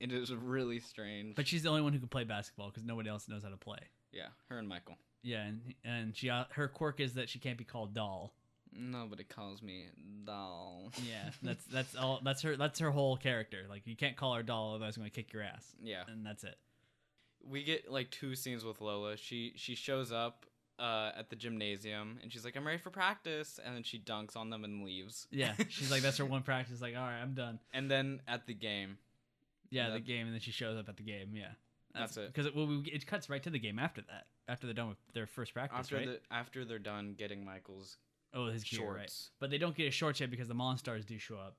Speaker 2: it is really strange.
Speaker 1: but she's the only one who can play basketball because nobody else knows how to play
Speaker 2: yeah, her and Michael.
Speaker 1: yeah and, and she uh, her quirk is that she can't be called doll
Speaker 2: Nobody calls me doll.
Speaker 1: yeah that's that's all that's her that's her whole character like you can't call her doll otherwise i'm gonna kick your ass
Speaker 2: yeah.
Speaker 1: and that's it
Speaker 2: we get like two scenes with Lola. She she shows up uh, at the gymnasium and she's like, "I'm ready for practice," and then she dunks on them and leaves.
Speaker 1: yeah she's like that's her one practice like all right i'm done
Speaker 2: and then at the game,
Speaker 1: yeah the
Speaker 2: That-
Speaker 1: game and then she shows up at the game yeah
Speaker 2: That's it.
Speaker 1: because it, well, we, it cuts right to the game after that after they're done with their first practice
Speaker 2: after
Speaker 1: right
Speaker 2: the after they're done getting Michael's
Speaker 1: oh his gear, right
Speaker 2: shorts,
Speaker 1: but they don't get a short yet because the monstars do show up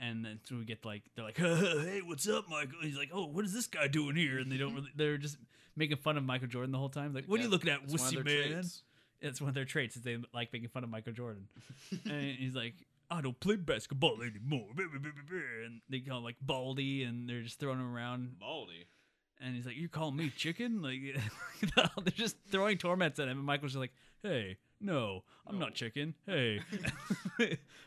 Speaker 1: and then so we get like they're like hey what's up michael he's like oh what is this guy doing here and they don't really they're just making fun of michael jordan the whole time like what are you
Speaker 2: Yeah,
Speaker 1: looking at
Speaker 2: it's one of
Speaker 1: wussy man
Speaker 2: their traits.
Speaker 1: it's one of their traits is they like making fun of michael jordan and he's like i don't play basketball anymore and they call him like baldy and they're just throwing him around
Speaker 2: Baldy.
Speaker 1: and he's like, "You call me chicken?" Like they're just throwing torments at him, and Michael's just like, "Hey, no, I'm
Speaker 2: No. Oh,
Speaker 1: not chicken. Hey."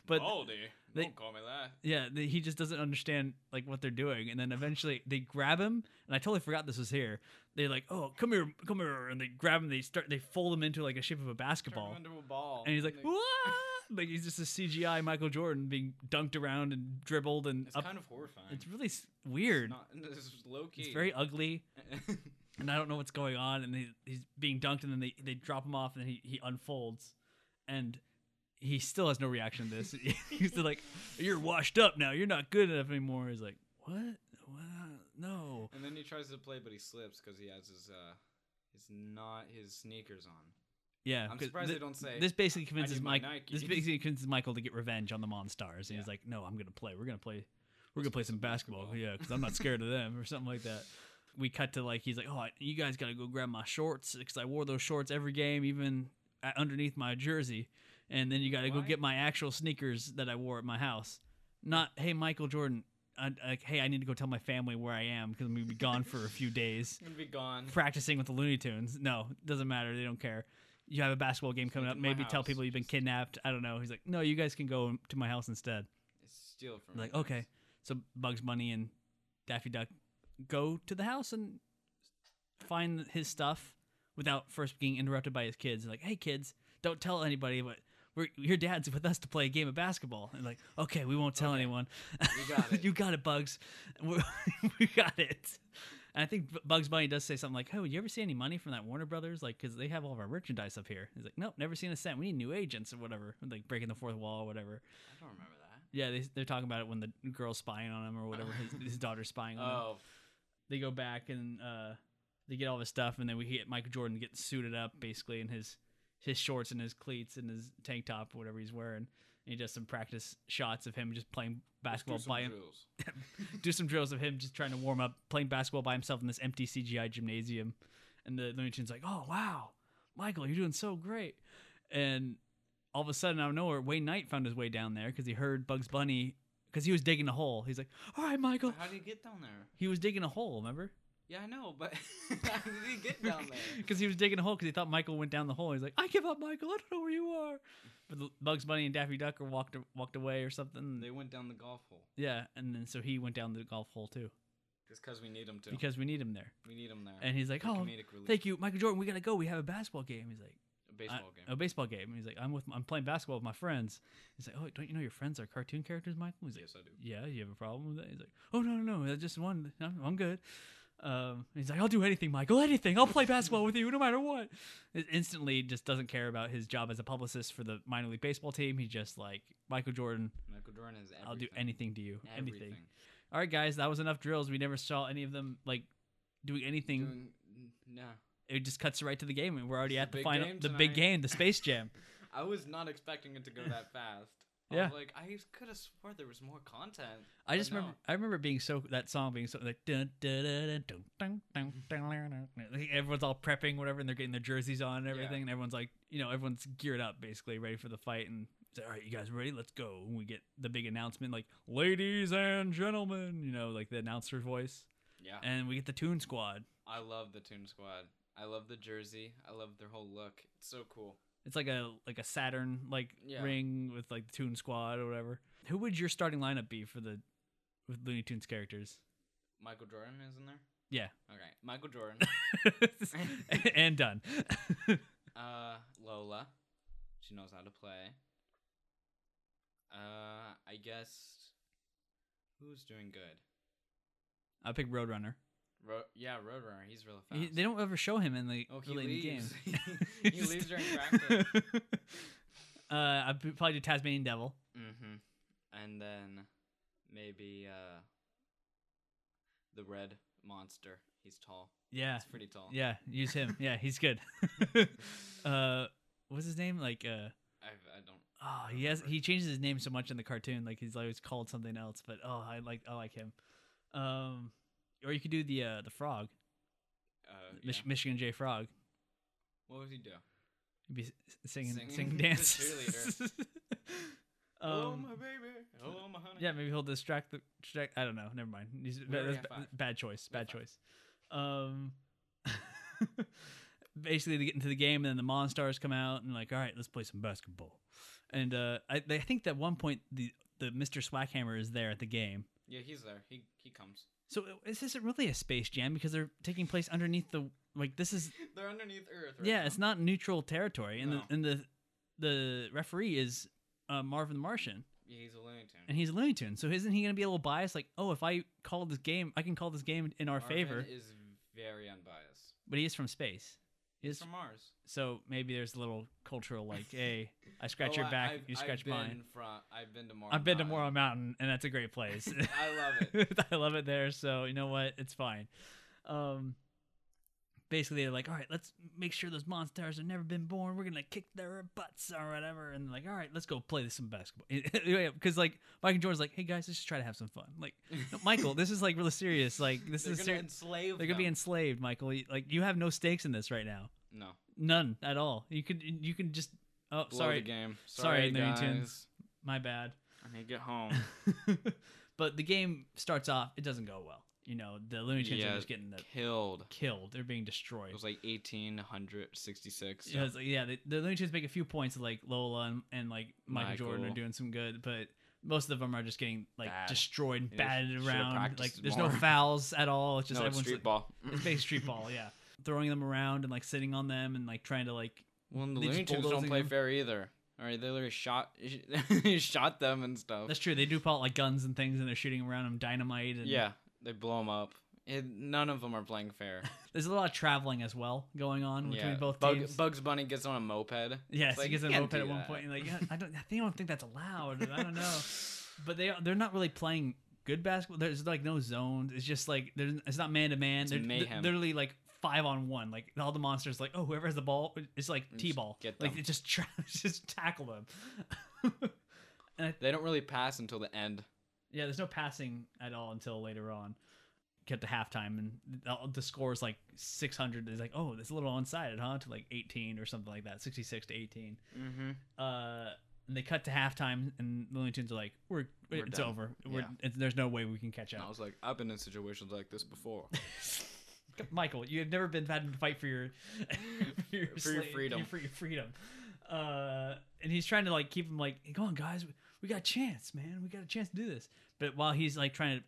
Speaker 1: but
Speaker 2: Baldy.
Speaker 1: they-
Speaker 2: Don't call me that.
Speaker 1: yeah, the, he just doesn't understand like what they're doing, and then eventually they grab him, and I totally forgot this was here. They're like, "Oh, come here, come here," and they grab him. They start, they fold him into like a shape of a
Speaker 2: Turn
Speaker 1: basketball,
Speaker 2: him into a ball.
Speaker 1: and he's like,
Speaker 2: They-
Speaker 1: "Wah!" Like he's just a CGI Michael Jordan being dunked around and dribbled and
Speaker 2: It's
Speaker 1: up.
Speaker 2: kind of horrifying.
Speaker 1: it's really s- weird.
Speaker 2: Not, it's low key.
Speaker 1: it's very ugly. and I don't know what's going on. And he, he's being dunked, and then they, they drop him off, and then he, he unfolds, and he still has no reaction to this. he's still like, "You're washed up now. You're not good enough anymore." He's like, "What? what? No."
Speaker 2: and then he tries to play, but he slips because he has his uh, his not his sneakers on.
Speaker 1: Yeah,
Speaker 2: I'm
Speaker 1: 'cause
Speaker 2: surprised
Speaker 1: thi-
Speaker 2: they don't say,
Speaker 1: This basically
Speaker 2: "I- I
Speaker 1: convinces
Speaker 2: need my
Speaker 1: Michael.
Speaker 2: Nikes."
Speaker 1: This basically convinces Michael to get revenge on the Monstars, and
Speaker 2: Yeah.
Speaker 1: he's like, "No, I'm gonna play. We're gonna play. We're
Speaker 2: Let's
Speaker 1: gonna play
Speaker 2: play
Speaker 1: some
Speaker 2: some
Speaker 1: basketball.
Speaker 2: basketball."
Speaker 1: Yeah, because I'm not scared of them or something like that." We cut to like he's like, "Oh, I, you guys gotta go grab my shorts because I wore those shorts every game, even a- underneath my jersey, and then you gotta go
Speaker 2: Why?
Speaker 1: get my actual sneakers that I wore at my house. Not hey, Michael Jordan." I, like, hey, I need to go tell my family where I am because I'm gonna be gone for a few days
Speaker 2: I'm gonna be gone.
Speaker 1: practicing with the Looney Tunes. No, doesn't matter. They don't care. You have a basketball game coming
Speaker 2: like
Speaker 1: up.
Speaker 2: in my
Speaker 1: Maybe tell
Speaker 2: house.
Speaker 1: people you've been kidnapped. I don't know. He's like, no, you guys can go to my house instead.
Speaker 2: Steal from
Speaker 1: I'm like,
Speaker 2: me.
Speaker 1: okay. So Bugs Bunny and Daffy Duck go to the house and find his stuff without first being interrupted by his kids. Like, hey, kids, don't tell anybody, but we're, your dad's with us to play a game of basketball. And like, okay, we won't tell anyone.
Speaker 2: We got it.
Speaker 1: you got it, Bugs. We're, we got it. And I think B- Bugs Bunny does say something like, "Oh, you ever see any money from that Warner Brothers? Like, because they have all of our merchandise up here." He's like, "Nope, never seen a cent. We need new agents or whatever, like breaking the fourth wall or whatever."
Speaker 2: I don't remember that.
Speaker 1: Yeah, they, they're talking about it when the girl's spying on him or whatever. His, his daughter's spying on him.
Speaker 2: Oh,
Speaker 1: They go back and uh, they get all this stuff, and then we get Michael Jordan getting suited up basically in his his shorts and his cleats and his tank top, whatever he's wearing. And he does some practice shots of him just playing basketball by him do some drills of him just trying to warm up, playing basketball by himself in this empty CGI gymnasium. And the Looney Tunes like, "Oh wow, Michael, you're doing so great!" And all of a sudden, out of nowhere, Wayne Knight found his way down there because he heard Bugs Bunny because he was digging a hole. He's like, "All right, Michael."
Speaker 2: How do you get down there?
Speaker 1: He was digging a hole, remember?
Speaker 2: Yeah, I know, but how did he get down there?
Speaker 1: Because he was digging a hole because he thought Michael went down the hole. He's like, "I give up, Michael. I don't know where you are." But the Bugs Bunny and Daffy Duck are walked walked away or something.
Speaker 2: They went down the golf hole
Speaker 1: yeah, and then so he went down the golf hole too
Speaker 2: just because we need them to.
Speaker 1: because we need him there.
Speaker 2: we need them there.
Speaker 1: And he's like,
Speaker 2: For
Speaker 1: "Oh,
Speaker 2: comedic relief.
Speaker 1: Thank you, Michael Jordan. We gotta go. We have a basketball game. He's like
Speaker 2: A
Speaker 1: "I-
Speaker 2: baseball game.
Speaker 1: a baseball game. And he's like, I'm with I'm playing basketball with my friends. He's like, oh, don't you know your friends are cartoon characters, Michael? He's like,
Speaker 2: yes, I do.
Speaker 1: yeah. You have a problem with that? He's like, oh no no no, I just one. I'm, I'm good. Um, he's like, I'll do anything, Michael. Anything. I'll play basketball with you, no matter what. It instantly just doesn't care about his job as a publicist for the minor league baseball team. He's just like Michael Jordan.
Speaker 2: Michael Jordan is everything.
Speaker 1: I'll do anything to you.
Speaker 2: Everything.
Speaker 1: Anything. All right, guys, that was enough drills. We never saw any of them like doing anything
Speaker 2: Doing, n- nah.
Speaker 1: it just cuts right to the game, and we're already
Speaker 2: It's
Speaker 1: at
Speaker 2: the
Speaker 1: the
Speaker 2: big
Speaker 1: final,
Speaker 2: game
Speaker 1: the big
Speaker 2: tonight.
Speaker 1: game, the Space Jam.
Speaker 2: I was not expecting it to go that fast. I
Speaker 1: Yeah.
Speaker 2: was like, I could have swore there was more content.
Speaker 1: I
Speaker 2: But
Speaker 1: just remember,
Speaker 2: no.
Speaker 1: I remember being so that song being so like dun, dun, dun, dun, dun, dun, dun, dun, dun, dun. Like, everyone's all prepping, whatever, and they're getting their jerseys on and
Speaker 2: Yeah.
Speaker 1: everything, and everyone's like, you know, everyone's geared up, basically ready for the fight, and it's like, all right, you guys ready? Let's go. And we get the big announcement, like, ladies and gentlemen, you know, like the announcer's voice,
Speaker 2: Yeah.
Speaker 1: and we get the Tune Squad.
Speaker 2: I love the Toon Squad. I love the jersey. I love their whole look. It's so cool.
Speaker 1: It's like a like a Saturn like
Speaker 2: Yeah.
Speaker 1: ring with like the Toon Squad or whatever. Who would your starting lineup be for the with Looney Tunes characters?
Speaker 2: Michael Jordan is in there?
Speaker 1: Yeah.
Speaker 2: Okay. Michael Jordan.
Speaker 1: and done.
Speaker 2: uh, Lola. She knows how to play. Uh, I guess. Who's doing good?
Speaker 1: I pick Roadrunner.
Speaker 2: Ro- yeah, Roadrunner. He's really fast.
Speaker 1: He, they don't ever show him in the
Speaker 2: Oh, he
Speaker 1: early in
Speaker 2: leaves.
Speaker 1: the game.
Speaker 2: he leaves during practice.
Speaker 1: uh, I probably do Tasmanian Devil.
Speaker 2: Mm-hmm. And then maybe uh the red monster. He's tall.
Speaker 1: Yeah,
Speaker 2: He's pretty tall.
Speaker 1: yeah. Use him. Yeah, he's good. uh, what's his name? Like, uh,
Speaker 2: I I don't.
Speaker 1: oh, he has he changes his name so much in the cartoon. Like he's always called something else. But oh, I like I like him. Um, or you could do the uh the frog,
Speaker 2: Uh,
Speaker 1: Mich-
Speaker 2: yeah.
Speaker 1: Michigan J Frog.
Speaker 2: What would he do?
Speaker 1: He'd be s- singing,
Speaker 2: Singing
Speaker 1: singing,
Speaker 2: the
Speaker 1: dance.
Speaker 2: cheerleader. oh
Speaker 1: um,
Speaker 2: my baby. Oh my honey.
Speaker 1: yeah, maybe he'll distract the. Distract, I don't know. Never mind. He's,
Speaker 2: already
Speaker 1: that's
Speaker 2: at
Speaker 1: ba-
Speaker 2: five.
Speaker 1: bad choice.
Speaker 2: We're
Speaker 1: Bad
Speaker 2: at five.
Speaker 1: choice. Um, basically, they get into the game, and then the Monstars come out, and like, all right, let's play some basketball. And uh, I, they- I think at one point the the Mr. Swackhammer is there at the game.
Speaker 2: Yeah, he's there. He he comes.
Speaker 1: So this isn't really a space jam because they're taking place underneath the like this is
Speaker 2: They're underneath Earth. Right
Speaker 1: yeah,
Speaker 2: now.
Speaker 1: it's not neutral territory, and
Speaker 2: No.
Speaker 1: the, and the the referee is uh, Marvin the Martian,
Speaker 2: Yeah, he's a Looney Tune.
Speaker 1: and he's a Looney Tune. So isn't he going to be a little biased? Like, oh, if I call this game, I can call this game in our
Speaker 2: Marvin
Speaker 1: favor.
Speaker 2: is very unbiased.
Speaker 1: But he is from space. He
Speaker 2: He's
Speaker 1: is,
Speaker 2: from Mars.
Speaker 1: so maybe there's a little cultural like, hey, I scratch
Speaker 2: Oh,
Speaker 1: your
Speaker 2: I-
Speaker 1: back,
Speaker 2: I've-
Speaker 1: you
Speaker 2: I've
Speaker 1: scratch mine.
Speaker 2: been From, I've been to Mars.
Speaker 1: I've been to Moral Mountain, and that's a great place.
Speaker 2: I love it.
Speaker 1: I love it there. So you know what? It's fine. Um, basically, they're like, all right, let's make sure those monsters have never been born. We're gonna kick their butts or whatever. And like, all right, let's go play some basketball. Because like Michael Jordan's like, hey guys, let's just try to have some fun. Like, no, Michael, this is like really serious. Like, this
Speaker 2: They're
Speaker 1: is
Speaker 2: gonna
Speaker 1: ser-
Speaker 2: enslave.
Speaker 1: they're gonna be
Speaker 2: them.
Speaker 1: enslaved, Michael. You- Like, you have no stakes in this right now.
Speaker 2: No.
Speaker 1: None at all. You could you can just. Oh,
Speaker 2: Blow
Speaker 1: sorry,
Speaker 2: the game.
Speaker 1: Sorry, Looney
Speaker 2: guys.
Speaker 1: Tunes. my bad.
Speaker 2: I need to get home.
Speaker 1: but the game starts off; it doesn't go well. You know, the Looney Tunes
Speaker 2: Yeah.
Speaker 1: are just getting the
Speaker 2: Killed.
Speaker 1: killed. They're being destroyed.
Speaker 2: It was like eighteen hundred sixty-six.
Speaker 1: Yeah, it's like- yeah, the, the Looney Tunes make a few points, like Lola and, and like Michael, Jordan are
Speaker 2: Michael.
Speaker 1: doing some good, but most of them are just getting like
Speaker 2: Bad.
Speaker 1: destroyed,
Speaker 2: They
Speaker 1: and batted
Speaker 2: just should've
Speaker 1: around.
Speaker 2: practiced
Speaker 1: Like, there's no
Speaker 2: more.
Speaker 1: fouls at all. It's just
Speaker 2: no, it's
Speaker 1: everyone's
Speaker 2: street
Speaker 1: like,
Speaker 2: ball.
Speaker 1: it's big street ball, yeah. Throwing them around and like sitting on them and like trying to like
Speaker 2: Well, and the
Speaker 1: They just
Speaker 2: Looney Tunes don't
Speaker 1: bulldozing
Speaker 2: play
Speaker 1: them.
Speaker 2: fair either. All right, they literally shot, they shot them and stuff.
Speaker 1: that's true. They do pull out like guns and things, and they're shooting around them, dynamite and
Speaker 2: yeah, they blow them up. It, none of them are playing fair.
Speaker 1: There's a lot of traveling as well going on between
Speaker 2: yeah.
Speaker 1: both
Speaker 2: Bug,
Speaker 1: teams.
Speaker 2: Bugs Bunny gets on a moped.
Speaker 1: Yes,
Speaker 2: Like,
Speaker 1: he gets
Speaker 2: you
Speaker 1: on a
Speaker 2: can't
Speaker 1: moped
Speaker 2: do
Speaker 1: at one
Speaker 2: that.
Speaker 1: point, and like yeah, I don't, I think I don't think that's allowed. and I don't know, but they they're not really playing good basketball. There's like no zones. It's just like there's it's not man to man. They're they're
Speaker 2: mayhem.
Speaker 1: literally like five on one. Like all the monsters, like oh whoever has the ball, it's like t ball.
Speaker 2: get
Speaker 1: Like
Speaker 2: them.
Speaker 1: it just try, just tackle them.
Speaker 2: They don't really pass until the end.
Speaker 1: yeah, there's no passing at all until later on. Get to halftime and the- the score is like 600. Is like oh, it's a little onside, huh? To like 18 or something like that, 66 to 18.
Speaker 2: Mm-hmm.
Speaker 1: uh, and they cut to halftime, and the Looney Tunes are like, "We're,
Speaker 2: We're
Speaker 1: it's
Speaker 2: done.
Speaker 1: over. We're,
Speaker 2: Yeah.
Speaker 1: it's, there's no way we can catch
Speaker 2: I
Speaker 1: up."
Speaker 2: was like, I've been in situations like this before.
Speaker 1: Michael, you have never been had to fight for your for your,
Speaker 2: For your
Speaker 1: slave-
Speaker 2: freedom.
Speaker 1: for your freedom. Uh, and he's trying to like keep him like, "Hey, "Go on, guys, we, we got a chance, man. We got a chance to do this." But while he's like trying to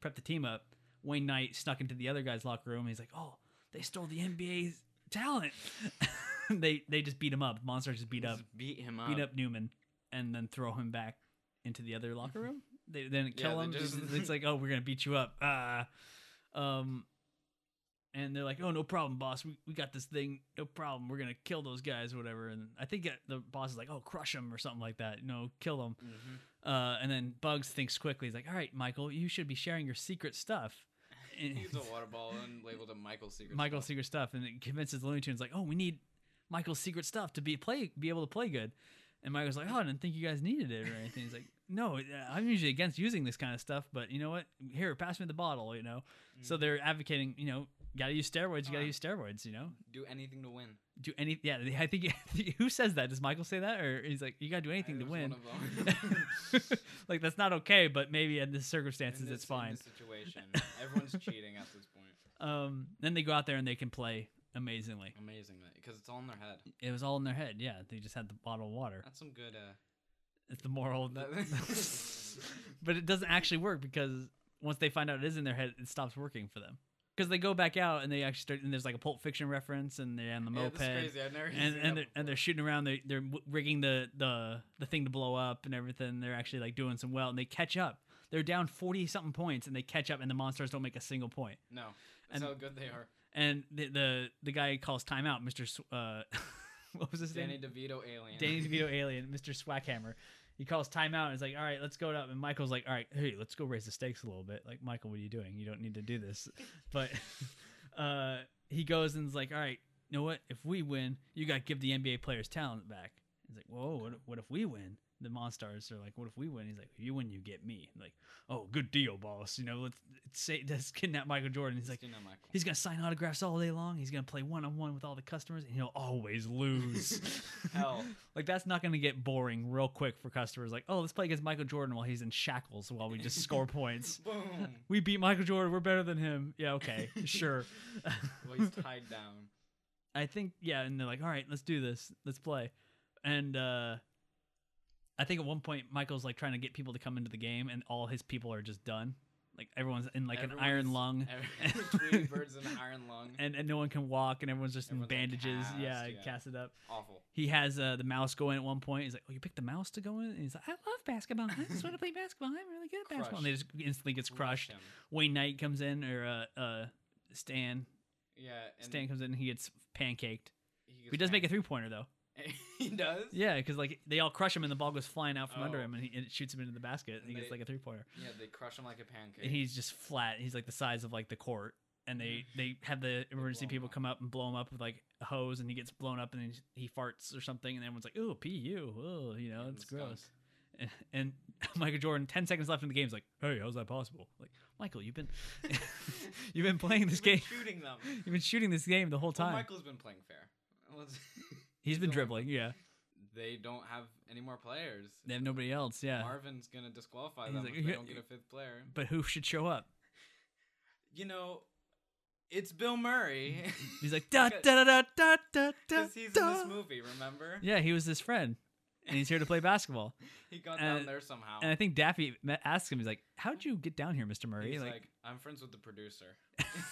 Speaker 1: prep the team up, Wayne Knight snuck into the other guy's locker room. He's like, "Oh, they stole the NBA's talent." they they just beat him up. Monsters just beat up
Speaker 2: Just beat him up.
Speaker 1: beat up Newman and then throw him back into the other locker room. They didn't
Speaker 2: Mm-hmm. Yeah,
Speaker 1: kill
Speaker 2: they
Speaker 1: him.
Speaker 2: just-
Speaker 1: It's- it's like, oh, we're gonna beat you up. Ah, um, and they're like, oh, no problem, boss. We, we got this thing. No problem. We're gonna kill those guys, or whatever. And I think that the boss is like, oh, crush them or something like that. You know, kill them.
Speaker 2: Mhm.
Speaker 1: Uh, and then Bugs thinks quickly. He's like, all right, Michael, you should be sharing your secret stuff. And-
Speaker 2: He's a water ball and labeled him Michael's secret.
Speaker 1: Michael's secret stuff, and it convinces Looney Tunes like, oh, we need Michael's secret stuff to be play, be able to play good. And Michael's like, oh, I didn't think you guys needed it or anything. He's like, no, uh, I'm usually against using this kind of stuff, but you know what? Here, pass me the bottle. You know,
Speaker 2: Mm-hmm.
Speaker 1: so they're advocating, you know, gotta use steroids. You gotta
Speaker 2: Ah.
Speaker 1: use steroids. You know,
Speaker 2: do anything to win.
Speaker 1: do any. Yeah, I think who says that? Does Michael say that, or he's like, you gotta do anything to
Speaker 2: There's one
Speaker 1: win?
Speaker 2: of them.
Speaker 1: like that's not okay, but maybe in this circumstances,
Speaker 2: In
Speaker 1: it's
Speaker 2: this- in
Speaker 1: fine.
Speaker 2: this situation, everyone's cheating at this point.
Speaker 1: Um, then they go out there and they can play amazingly.
Speaker 2: Amazingly, because it's all in their head.
Speaker 1: It was all in their head. Yeah, they just had the bottle of water.
Speaker 2: That's some good. Uh,
Speaker 1: It's the moral, of the-
Speaker 2: that-
Speaker 1: but it doesn't actually work because once they find out it is in their head, it stops working for them. Because they go back out and they actually start, and there's like a Pulp Fiction reference, and they're on the
Speaker 2: Yeah,
Speaker 1: moped,
Speaker 2: this is crazy. I've never
Speaker 1: and
Speaker 2: seen
Speaker 1: and they're,
Speaker 2: that
Speaker 1: and they're
Speaker 2: before.
Speaker 1: shooting around. They they're w- rigging the the the thing to blow up and everything. They're actually like doing some well, and they catch up. They're down forty something points, and they catch up, and the monsters don't make a single point.
Speaker 2: no. That's
Speaker 1: and-
Speaker 2: how good they are.
Speaker 1: And the the, the guy calls timeout, Mister. Sw- Uh, what was his name?
Speaker 2: Danny DeVito alien.
Speaker 1: Danny DeVito alien, Mr. Swackhammer. He calls timeout and is like, "All right, let's go it up." And Michael's like, "All right, hey, let's go raise the stakes a little bit." Like, Michael, what are you doing? You don't need to do this. But uh, he goes and is like, "All right, you know what? If we win, you got to give the NBA players talent back." He's like, "Whoa, what, what if we win?" The Monstars are like, "What if we win?" He's like, "If you win, you get me." I'm like, "Oh, good deal, boss. You know, let's, let's say let's kidnap Michael Jordan." He's like,
Speaker 2: Christina Michael.
Speaker 1: He's gonna sign autographs all day long. He's gonna play one on one with all the customers, and he'll always lose.
Speaker 2: Hell.
Speaker 1: like that's not gonna get boring real quick for customers. Like, oh, let's play against Michael Jordan while he's in shackles, while we just score points.
Speaker 2: Boom.
Speaker 1: We beat Michael Jordan. We're better than him. Yeah, okay, sure.
Speaker 2: well, he's tied down.
Speaker 1: I think yeah, and they're like, all right, let's do this. Let's play. And uh I think at one point Michael's like trying to get people to come into the game, and all his people are just done. Like everyone's in like an iron
Speaker 2: Everyone's-
Speaker 1: lung.
Speaker 2: Every- Tweety Bird's an iron lung.
Speaker 1: and, and no one can walk and everyone's just
Speaker 2: Everyone's,
Speaker 1: in
Speaker 2: like,
Speaker 1: bandages
Speaker 2: cast,
Speaker 1: yeah,
Speaker 2: yeah.
Speaker 1: casted up
Speaker 2: Awful.
Speaker 1: he has uh, the mouse go in at one point he's like oh you picked the mouse to go in and he's like i love basketball i just want to play basketball i'm really good at basketball and they just instantly gets crushed
Speaker 2: Crushed him.
Speaker 1: wayne knight comes in or uh, uh, stan
Speaker 2: Yeah. And
Speaker 1: stan comes in and he gets pancaked
Speaker 2: He,
Speaker 1: he does make a three-pointer though
Speaker 2: three. he does.
Speaker 1: yeah because like they all crush him and the ball goes flying out from under
Speaker 2: Oh.
Speaker 1: him and, he, and it shoots him into the basket and he
Speaker 2: And
Speaker 1: gets
Speaker 2: they-
Speaker 1: like a three-pointer
Speaker 2: Yeah. They crush him like a pancake.
Speaker 1: and he's just flat. He's like the size of like the court. And they they have the emergency
Speaker 2: Mm-hmm. blow him
Speaker 1: people
Speaker 2: up.
Speaker 1: come up and blow him up with like a hose, and he gets blown up, and he, he farts or something, and everyone's like, "Ooh, pee you, oh, you know,
Speaker 2: Give him
Speaker 1: it's
Speaker 2: the skunk.
Speaker 1: gross." And, and Michael Jordan, ten seconds left in the game, is like, "Hey, how's that possible?" Like, Michael, you've been you've been playing this
Speaker 2: He's been
Speaker 1: game,
Speaker 2: Shooting them.
Speaker 1: you've been shooting this game the whole
Speaker 2: Well,
Speaker 1: time.
Speaker 2: Michael's been playing fair. Let's-
Speaker 1: He's been
Speaker 2: the only
Speaker 1: dribbling, yeah.
Speaker 2: they don't have any more players.
Speaker 1: They have nobody else, yeah.
Speaker 2: Marvin's gonna disqualify
Speaker 1: He's
Speaker 2: them
Speaker 1: like,
Speaker 2: if they
Speaker 1: "Yeah,
Speaker 2: don't get a fifth player.
Speaker 1: But who should show up?
Speaker 2: You know, it's Bill Murray.
Speaker 1: He's like, da da da da da da da.
Speaker 2: Because he's in
Speaker 1: da."
Speaker 2: this movie, remember?
Speaker 1: Yeah, he was his friend, and he's here to play basketball.
Speaker 2: He got
Speaker 1: Uh,
Speaker 2: down there somehow.
Speaker 1: And I think Daffy met, asked him, he's like, How'd you get down here, Mr. Murray?
Speaker 2: He's like, I'm friends with the producer.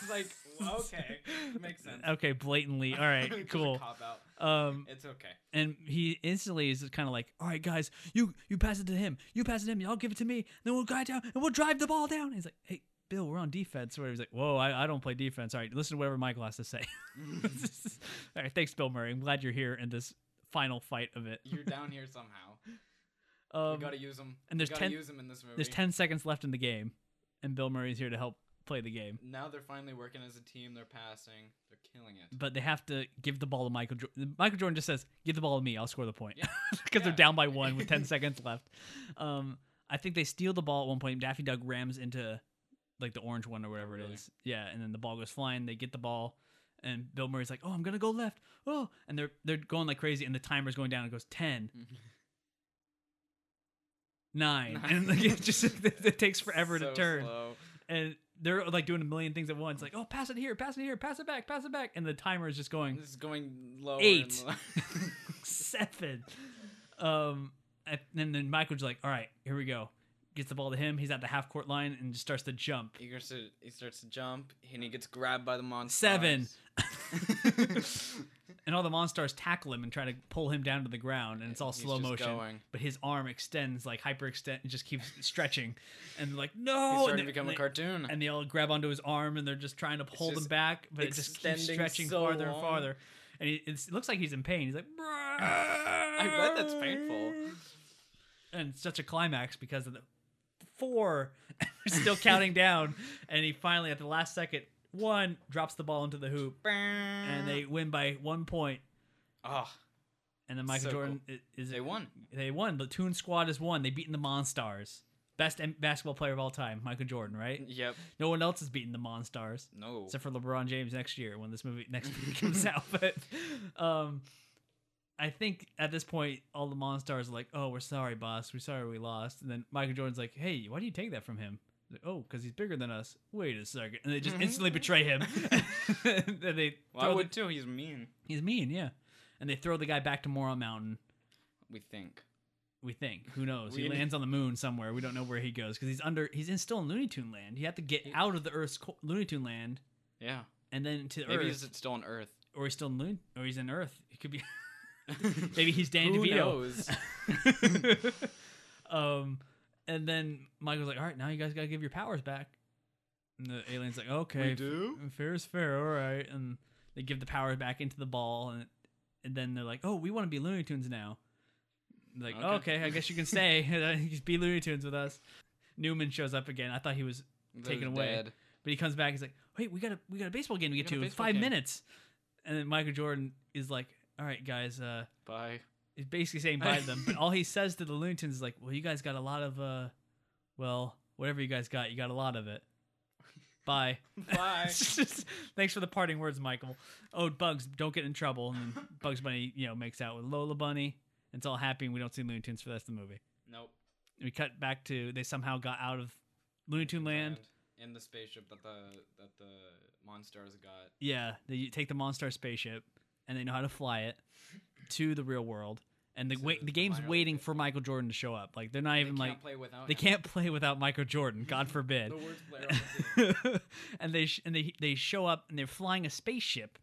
Speaker 2: It's like, well, okay, makes sense.
Speaker 1: Okay, blatantly. All
Speaker 2: It was
Speaker 1: right,
Speaker 2: a
Speaker 1: cool.
Speaker 2: cop out.
Speaker 1: Um,
Speaker 2: It's okay.
Speaker 1: and he instantly is kind of like, All right, guys, you you pass it to him. You pass it to him. Y'all give it to me. Then we'll guy down and we'll drive the ball down. He's like, Hey, Bill, we're on defense. Where he's like, whoa, I, I don't play defense. All right, listen to whatever Michael has to say. All right, thanks, Bill Murray. I'm glad you're here in this final fight of it.
Speaker 2: You're down here somehow.
Speaker 1: Um,
Speaker 2: we gotta use them.
Speaker 1: and there's
Speaker 2: we gotta
Speaker 1: 10
Speaker 2: use 'em in this movie.
Speaker 1: there's 10 seconds left in the game, and Bill Murray's here to help play the game.
Speaker 2: Now they're finally working as a team. They're passing. They're killing it.
Speaker 1: But they have to give the ball to Michael Jordan. Michael Jordan just says, give the ball to me. I'll score the point.
Speaker 2: Yeah.
Speaker 1: Because they're
Speaker 2: Yeah.
Speaker 1: down by one with 10 seconds left. Um, I think they steal the ball at one point. Daffy Duck rams into like the orange one or whatever it
Speaker 2: really?
Speaker 1: is. Yeah. And then the ball goes flying. They get the ball. And Bill Murray's like, oh, I'm going to go left. Oh. And they're, they're going like crazy. And the timer's going down. It goes 10, nine.
Speaker 2: Nine.
Speaker 1: And like, it just it takes forever
Speaker 2: So
Speaker 1: to turn.
Speaker 2: slow.
Speaker 1: and they're like doing a million things at once like oh pass it here pass it here pass it back pass it back and the timer is just going
Speaker 2: This is going lower. and
Speaker 1: Eight.
Speaker 2: lower.
Speaker 1: seven um and then, then michael's like all right here we go gets the ball to him he's at the half court line and just starts to jump
Speaker 2: he, starts to, he starts to jump, and he gets grabbed by the monster.
Speaker 1: Seven. and all the monstars tackle him and try to pull him down to the ground and it's all
Speaker 2: He's
Speaker 1: slow
Speaker 2: just
Speaker 1: motion
Speaker 2: going.
Speaker 1: but his arm extends like hyperextend and just keeps stretching and they're like no
Speaker 2: He's starting
Speaker 1: Oh, and
Speaker 2: to
Speaker 1: they-
Speaker 2: become a
Speaker 1: they-
Speaker 2: cartoon.
Speaker 1: and they all grab onto his arm and they're just trying to hold him
Speaker 2: just
Speaker 1: back, but it just keeps
Speaker 2: extending
Speaker 1: stretching
Speaker 2: so
Speaker 1: farther and
Speaker 2: long.
Speaker 1: farther. And he, it's, it looks like he's in pain. He's like,
Speaker 2: I
Speaker 1: I
Speaker 2: bet that's painful.
Speaker 1: And it's such a climax because of the four, they're still counting down. And he finally, at the last second, one drops the ball into the hoop and
Speaker 2: And
Speaker 1: they win by one point.
Speaker 2: oh,
Speaker 1: Ah. And then Michael
Speaker 2: So
Speaker 1: Jordan i- is
Speaker 2: they won.
Speaker 1: They won. The Toon Squad has won. They beaten the Monstars. Best M- basketball player of all time, Michael Jordan, right?
Speaker 2: Yep.
Speaker 1: No one else has beaten the Monstars.
Speaker 2: No.
Speaker 1: except for LeBron James next year when this movie next movie comes out. But um, I think at this point, all the Monstars are like, "Oh, we're sorry, boss. We're sorry we lost." And then Michael Jordan's like, "Hey, why do you take that from him?" Like, oh, because he's bigger than us. Wait a second, and they just instantly betray him. and they throw
Speaker 2: well, I Mm-hmm. would
Speaker 1: the-
Speaker 2: too. He's mean.
Speaker 1: he's mean, yeah. And they throw the guy back to Moron Mountain.
Speaker 2: We think.
Speaker 1: We think. Who knows?
Speaker 2: We-
Speaker 1: he lands on the moon somewhere. We don't know where he goes because he's under. He's in still in Looney Tune land. You have to get out of the Earth's co- Looney Tune land
Speaker 2: Yeah.
Speaker 1: and then to
Speaker 2: Maybe
Speaker 1: Earth.
Speaker 2: he's still on Earth.
Speaker 1: or he's still in Loon, or he's in Earth. It could be maybe he's Danny
Speaker 2: Who
Speaker 1: DeVito.
Speaker 2: knows?
Speaker 1: um, and then Michael's like, "All right, now you guys gotta give your powers back." And the alien's like, "Okay,
Speaker 2: We do?
Speaker 1: f- fair is fair, all right." And they give the powers back into the ball, and and then they're like, "Oh, we want to be Looney Tunes now." And they're like, okay.
Speaker 2: Okay.
Speaker 1: I guess you can stay. Just be Looney Tunes with us. Newman shows up again. I thought he was taken
Speaker 2: Those
Speaker 1: away.
Speaker 2: dead.
Speaker 1: but he comes back. He's like, "Wait, we got a we got a baseball game to get
Speaker 2: got a
Speaker 1: to. It's
Speaker 2: baseball
Speaker 1: five
Speaker 2: game."
Speaker 1: minutes." And then Michael Jordan is like, "All right, guys." Uh,
Speaker 2: Bye.
Speaker 1: he's basically saying bye to them. But all he says to the Loonitons is like, "Well, you guys got a lot of uh, well, whatever you guys got, you got a lot of it. Bye."
Speaker 2: Bye.
Speaker 1: Thanks for the parting words, Michael. Oh, Bugs, don't get in trouble. And then Bugs Bunny, you know, makes out with Lola Bunny. It's all happy, and we don't see Looney Tunes for the rest of the movie.
Speaker 2: nope.
Speaker 1: We cut back to they somehow got out of Looney Tune land.
Speaker 2: In the spaceship that the that the monsters got.
Speaker 1: Yeah, they take the Monstar spaceship and they know how to fly it to the real world. And the
Speaker 2: To
Speaker 1: wait,
Speaker 2: the
Speaker 1: the game's
Speaker 2: minor league
Speaker 1: waiting for Michael Jordan to show up. Like they're not
Speaker 2: They
Speaker 1: even
Speaker 2: can't
Speaker 1: like
Speaker 2: play without.
Speaker 1: they
Speaker 2: him.
Speaker 1: can't play without Michael Jordan. God forbid.
Speaker 2: The worst player on the team.
Speaker 1: and they sh- and they they show up and they're flying a spaceship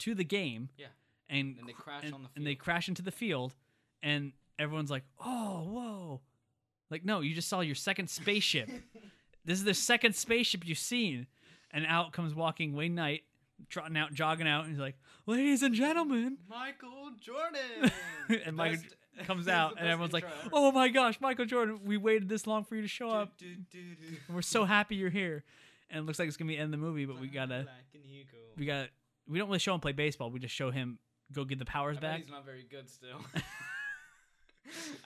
Speaker 1: to the game.
Speaker 2: Yeah.
Speaker 1: and
Speaker 2: And they crash
Speaker 1: and,
Speaker 2: on the
Speaker 1: and they
Speaker 2: field.
Speaker 1: crash into the field, and everyone's like, "Oh, whoa!" Like, no, you just saw your second spaceship. this is the second spaceship you've seen. And out comes walking Wayne Knight, trotting out, jogging out, and he's like, "Ladies and gentlemen."
Speaker 2: Michael Jordan.
Speaker 1: and Michael
Speaker 2: Best-
Speaker 1: J- comes
Speaker 2: That's
Speaker 1: out,
Speaker 2: the
Speaker 1: and
Speaker 2: best
Speaker 1: everyone's like,
Speaker 2: intro ever.
Speaker 1: "Oh my gosh, Michael Jordan! We waited this long for you to show up."
Speaker 2: Do, do, do, do.
Speaker 1: And we're so happy you're here. And it looks like it's gonna be the end of the movie, but we gotta,
Speaker 2: Black and Eagle.
Speaker 1: we gotta, we don't really show him play baseball. We just show him go get the powers
Speaker 2: I bet
Speaker 1: back.
Speaker 2: he's not very good still.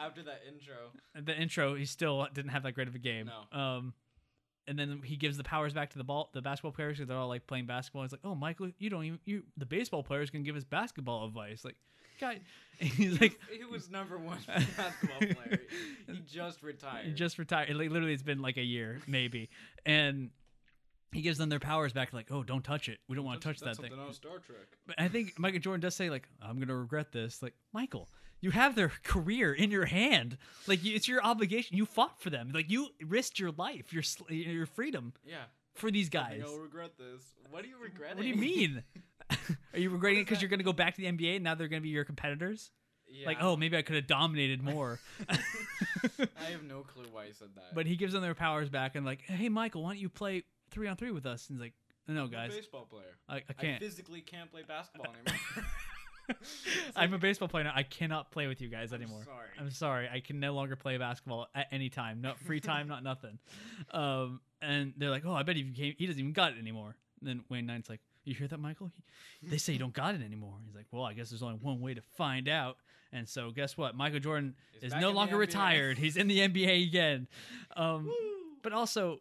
Speaker 2: After that intro,
Speaker 1: At the intro, he still didn't have that great of a game.
Speaker 2: No.
Speaker 1: Um, and then he gives the powers back to the ball, the basketball players because they're all like playing basketball. He's like, "Oh, Michael, you don't even you the baseball players can give us basketball advice." Like, guy, and he's like,
Speaker 2: he was number one basketball player. He just
Speaker 1: He
Speaker 2: retired.
Speaker 1: just retired. Like literally, it's been like a year, maybe. and he gives them their powers back. Like, oh, don't touch it. We don't want to touch that
Speaker 2: That's
Speaker 1: thing.
Speaker 2: something out of Star Trek.
Speaker 1: But I think Michael Jordan does say like, I'm gonna regret this. Like, Michael, you have their career in your hand. Like, you, it's your obligation. You fought for them. Like, you risked your life, your sl- your freedom
Speaker 2: Yeah.
Speaker 1: for these
Speaker 2: I
Speaker 1: guys.
Speaker 2: don't regret this. What do you regret?
Speaker 1: What do you mean? Are you regretting it
Speaker 2: is
Speaker 1: because you're
Speaker 2: that?
Speaker 1: going to go back to the NBA and now they're going to be your competitors?
Speaker 2: Yeah.
Speaker 1: Like, oh, maybe I could have dominated more.
Speaker 2: I have no clue why he said that.
Speaker 1: But he gives them their powers back and like, hey Michael, why don't you play three on three with us? And he's like, no
Speaker 2: I'm a
Speaker 1: guys,
Speaker 2: baseball player.
Speaker 1: I, I
Speaker 2: I
Speaker 1: can't.
Speaker 2: physically can't play basketball anymore.
Speaker 1: I'm a baseball player. Now. I cannot play with you guys
Speaker 2: I'm
Speaker 1: anymore.
Speaker 2: sorry.
Speaker 1: I'm sorry. I can no longer play basketball at any time. Not free time, not nothing. Um, and they're like, oh, I bet he became, he doesn't even got it anymore. And then Wayne Knight's like, you hear that, Michael? He- they say you don't got it anymore. He's like, well, I guess there's only one way to find out. And so guess what? Michael Jordan
Speaker 2: He's
Speaker 1: is
Speaker 2: back
Speaker 1: no
Speaker 2: in the
Speaker 1: longer
Speaker 2: NBA.
Speaker 1: retired. He's in the NBA again. Um,
Speaker 2: Woo!
Speaker 1: but also,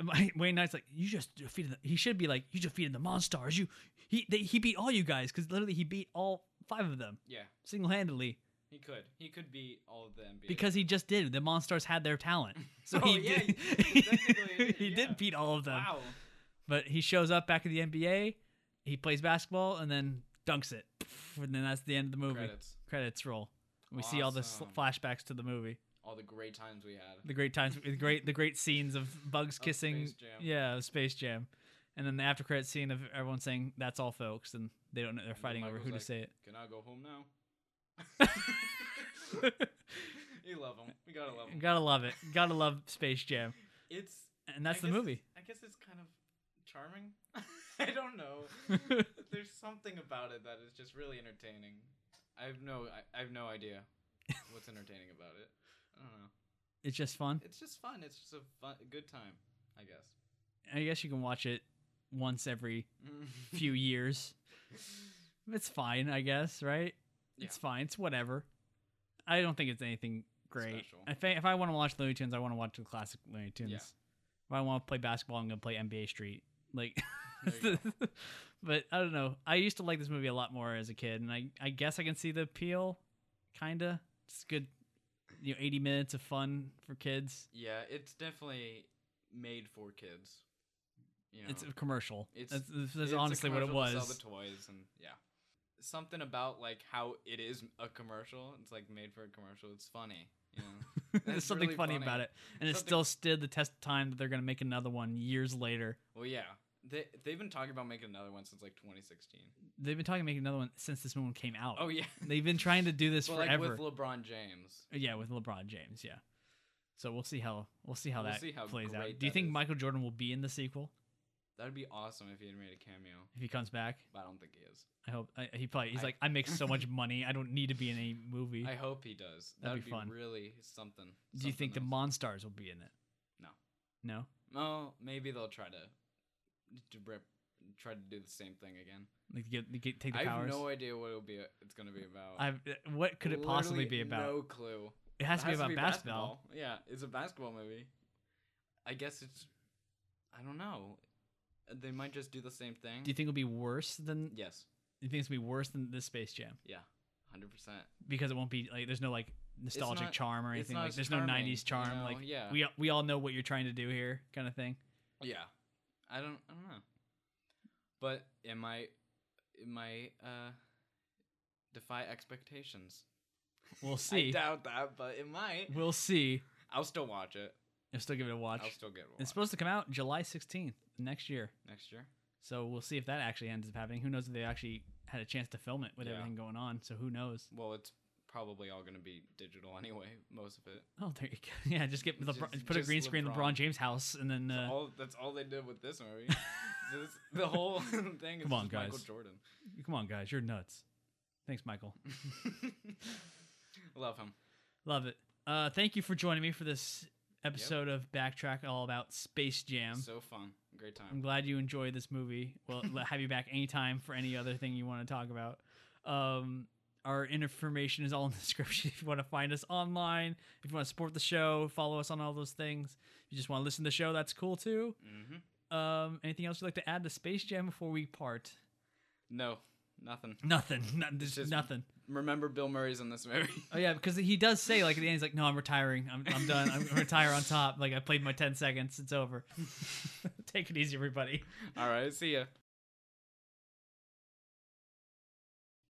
Speaker 1: my- Wayne Knight's like, you just defeated. The, he should be like, you defeated the Monstars. You he they, he beat all you guys because literally he beat all five of them
Speaker 2: yeah,
Speaker 1: single handedly
Speaker 2: he could. He could be all of the NBA.
Speaker 1: because he just did. The Monstars had their talent, so
Speaker 2: Oh,
Speaker 1: he
Speaker 2: yeah,
Speaker 1: did,
Speaker 2: he- technically,
Speaker 1: he
Speaker 2: yeah.
Speaker 1: did beat all of them.
Speaker 2: wow,
Speaker 1: But he shows up back at the NBA, he plays basketball, and then dunks it, and then that's the end of the movie. Credits,
Speaker 2: credits.
Speaker 1: roll. We see all the sl-
Speaker 2: Awesome.
Speaker 1: flashbacks to the movie,
Speaker 2: All the great times we had.
Speaker 1: the great times, the great the great scenes of bugs
Speaker 2: Of
Speaker 1: kissing,
Speaker 2: Space Jam.
Speaker 1: yeah, of Space Jam, and then the after credit scene of everyone saying "That's all, folks," and they don't know they're
Speaker 2: then
Speaker 1: fighting over
Speaker 2: Michael's
Speaker 1: who
Speaker 2: like,
Speaker 1: to say it.
Speaker 2: Can I go home now? you love him. We gotta love him.
Speaker 1: Gotta love it. Gotta love Space Jam,
Speaker 2: It's
Speaker 1: and that's
Speaker 2: I
Speaker 1: the
Speaker 2: guess
Speaker 1: movie.
Speaker 2: it's- I guess it's kind of charming. I don't know. There's something about it that is just really entertaining. I have no, I, I have no idea what's entertaining about it. I don't know.
Speaker 1: It's just fun.
Speaker 2: It's just fun. It's just a fun, a good time, I guess.
Speaker 1: I guess you can watch it once every few years. It's fine, I guess, right? It's
Speaker 2: Yeah.
Speaker 1: fine. It's whatever. I don't think it's anything great.
Speaker 2: Special.
Speaker 1: If I, if I want to watch Looney Tunes, I want to watch the classic Looney Tunes.
Speaker 2: Yeah.
Speaker 1: If I want to play basketball, I'm going to play NBA Street. Like,
Speaker 2: There you
Speaker 1: but I don't know. I used to like this movie a lot more as a kid, and I, I guess I can see the appeal, kinda. It's good, you know, 80 minutes of fun for kids.
Speaker 2: yeah, it's definitely made for kids. You know,
Speaker 1: It's a commercial.
Speaker 2: It's-
Speaker 1: It's, that's, that's
Speaker 2: It's a
Speaker 1: honestly what it
Speaker 2: commercial
Speaker 1: was.
Speaker 2: to Sell the toys and yeah, something about like how it is a commercial. It's like made for a commercial. It's funny. You know?
Speaker 1: There's
Speaker 2: That's
Speaker 1: something
Speaker 2: really
Speaker 1: funny,
Speaker 2: funny.
Speaker 1: about it, and it
Speaker 2: Something-
Speaker 1: still stood the test of time that they're gonna make another one years later.
Speaker 2: well, yeah, they they've been talking about making another one since like 2016.
Speaker 1: They've been talking about making another one since this one came out.
Speaker 2: Oh yeah,
Speaker 1: They've been trying to do this
Speaker 2: well, like
Speaker 1: forever.
Speaker 2: with LeBron James.
Speaker 1: yeah, with LeBron James. Yeah. So we'll see how we'll see how
Speaker 2: We'll
Speaker 1: that
Speaker 2: see how
Speaker 1: plays out.
Speaker 2: great
Speaker 1: Do you
Speaker 2: that
Speaker 1: think
Speaker 2: is.
Speaker 1: Michael Jordan will be in the sequel
Speaker 2: That'd be awesome if he had made a cameo,
Speaker 1: if he comes back?
Speaker 2: but I don't think he is.
Speaker 1: I hope I, he probably he's
Speaker 2: I-
Speaker 1: like I make so much money I don't need to be in any movie.
Speaker 2: I hope he does.
Speaker 1: That'd
Speaker 2: That'd,
Speaker 1: be
Speaker 2: be,
Speaker 1: fun.
Speaker 2: really something.
Speaker 1: do you think the
Speaker 2: something
Speaker 1: Monstars will be in it?
Speaker 2: No.
Speaker 1: No.
Speaker 2: else. Oh, maybe they'll try to, to rip, try to do the same thing again.
Speaker 1: Like get, get take the
Speaker 2: I have
Speaker 1: powers.
Speaker 2: no idea what it'll be. It's gonna be about.
Speaker 1: I've, what could it possibly be
Speaker 2: Literally
Speaker 1: about?
Speaker 2: No clue.
Speaker 1: It has to be
Speaker 2: It has
Speaker 1: about basketball.
Speaker 2: Yeah, it's a basketball movie. I guess it's. I don't know. They might just do the same thing.
Speaker 1: Do you think it'll be worse than? Do
Speaker 2: yes.
Speaker 1: you think it's gonna be worse than this Space Jam
Speaker 2: Yeah. Hundred percent.
Speaker 1: because it won't be like there's no like nostalgic
Speaker 2: not-
Speaker 1: charm or
Speaker 2: it's
Speaker 1: anything
Speaker 2: not
Speaker 1: like
Speaker 2: as
Speaker 1: there's no
Speaker 2: charming,
Speaker 1: '90s charm
Speaker 2: you know,
Speaker 1: like
Speaker 2: yeah.
Speaker 1: we we all know what you're trying to do here kind of thing.
Speaker 2: Yeah. I don't. I don't know. But it might. It might uh, defy expectations.
Speaker 1: We'll see.
Speaker 2: I doubt that, but it might.
Speaker 1: We'll see.
Speaker 2: I'll still watch it.
Speaker 1: I'll still give it a watch.
Speaker 2: I'll still get it
Speaker 1: it's supposed to come out July 16th next year,
Speaker 2: next year.
Speaker 1: so we'll see if that actually ends up happening. Who knows if they actually had a chance to film it with
Speaker 2: Yeah.
Speaker 1: everything going on? So who knows?
Speaker 2: Well, it's probably all gonna be digital anyway. Most of it.
Speaker 1: Oh, there you go. Yeah, just get LeBron,
Speaker 2: Just-
Speaker 1: put a
Speaker 2: just
Speaker 1: green screen
Speaker 2: LeBron.
Speaker 1: LeBron James house and then
Speaker 2: That's
Speaker 1: uh,
Speaker 2: all that's all they did with this movie. This- the whole thing is
Speaker 1: Come on,
Speaker 2: just Michael
Speaker 1: guys.
Speaker 2: Jordan.
Speaker 1: come on guys, you're nuts. Thanks, Michael.
Speaker 2: Love him.
Speaker 1: Love it. Uh, thank you for joining me for this episode of Backtrack, all about Space Jam.
Speaker 2: So fun. Great
Speaker 1: I'm
Speaker 2: time.
Speaker 1: glad you enjoyed this movie. We'll l- have you back anytime for any other thing you want to talk about. Um, our information is all in the description if you want to find us online, if you want to support the show, follow us on all those things. If you just want to listen to the show, that's cool too.
Speaker 2: hmm
Speaker 1: Um, anything else you'd like to add to Space Jam before we part?
Speaker 2: No, nothing.
Speaker 1: Nothing. Not, there's
Speaker 2: just-
Speaker 1: nothing.
Speaker 2: Remember Bill Murray's in this movie.
Speaker 1: Oh yeah, because he does say like at the end he's like, "No, I'm retiring. I'm, I'm done. I'm gonna retire on top. Like I played my ten seconds. It's over. Take it easy, everybody."
Speaker 2: All right, see ya.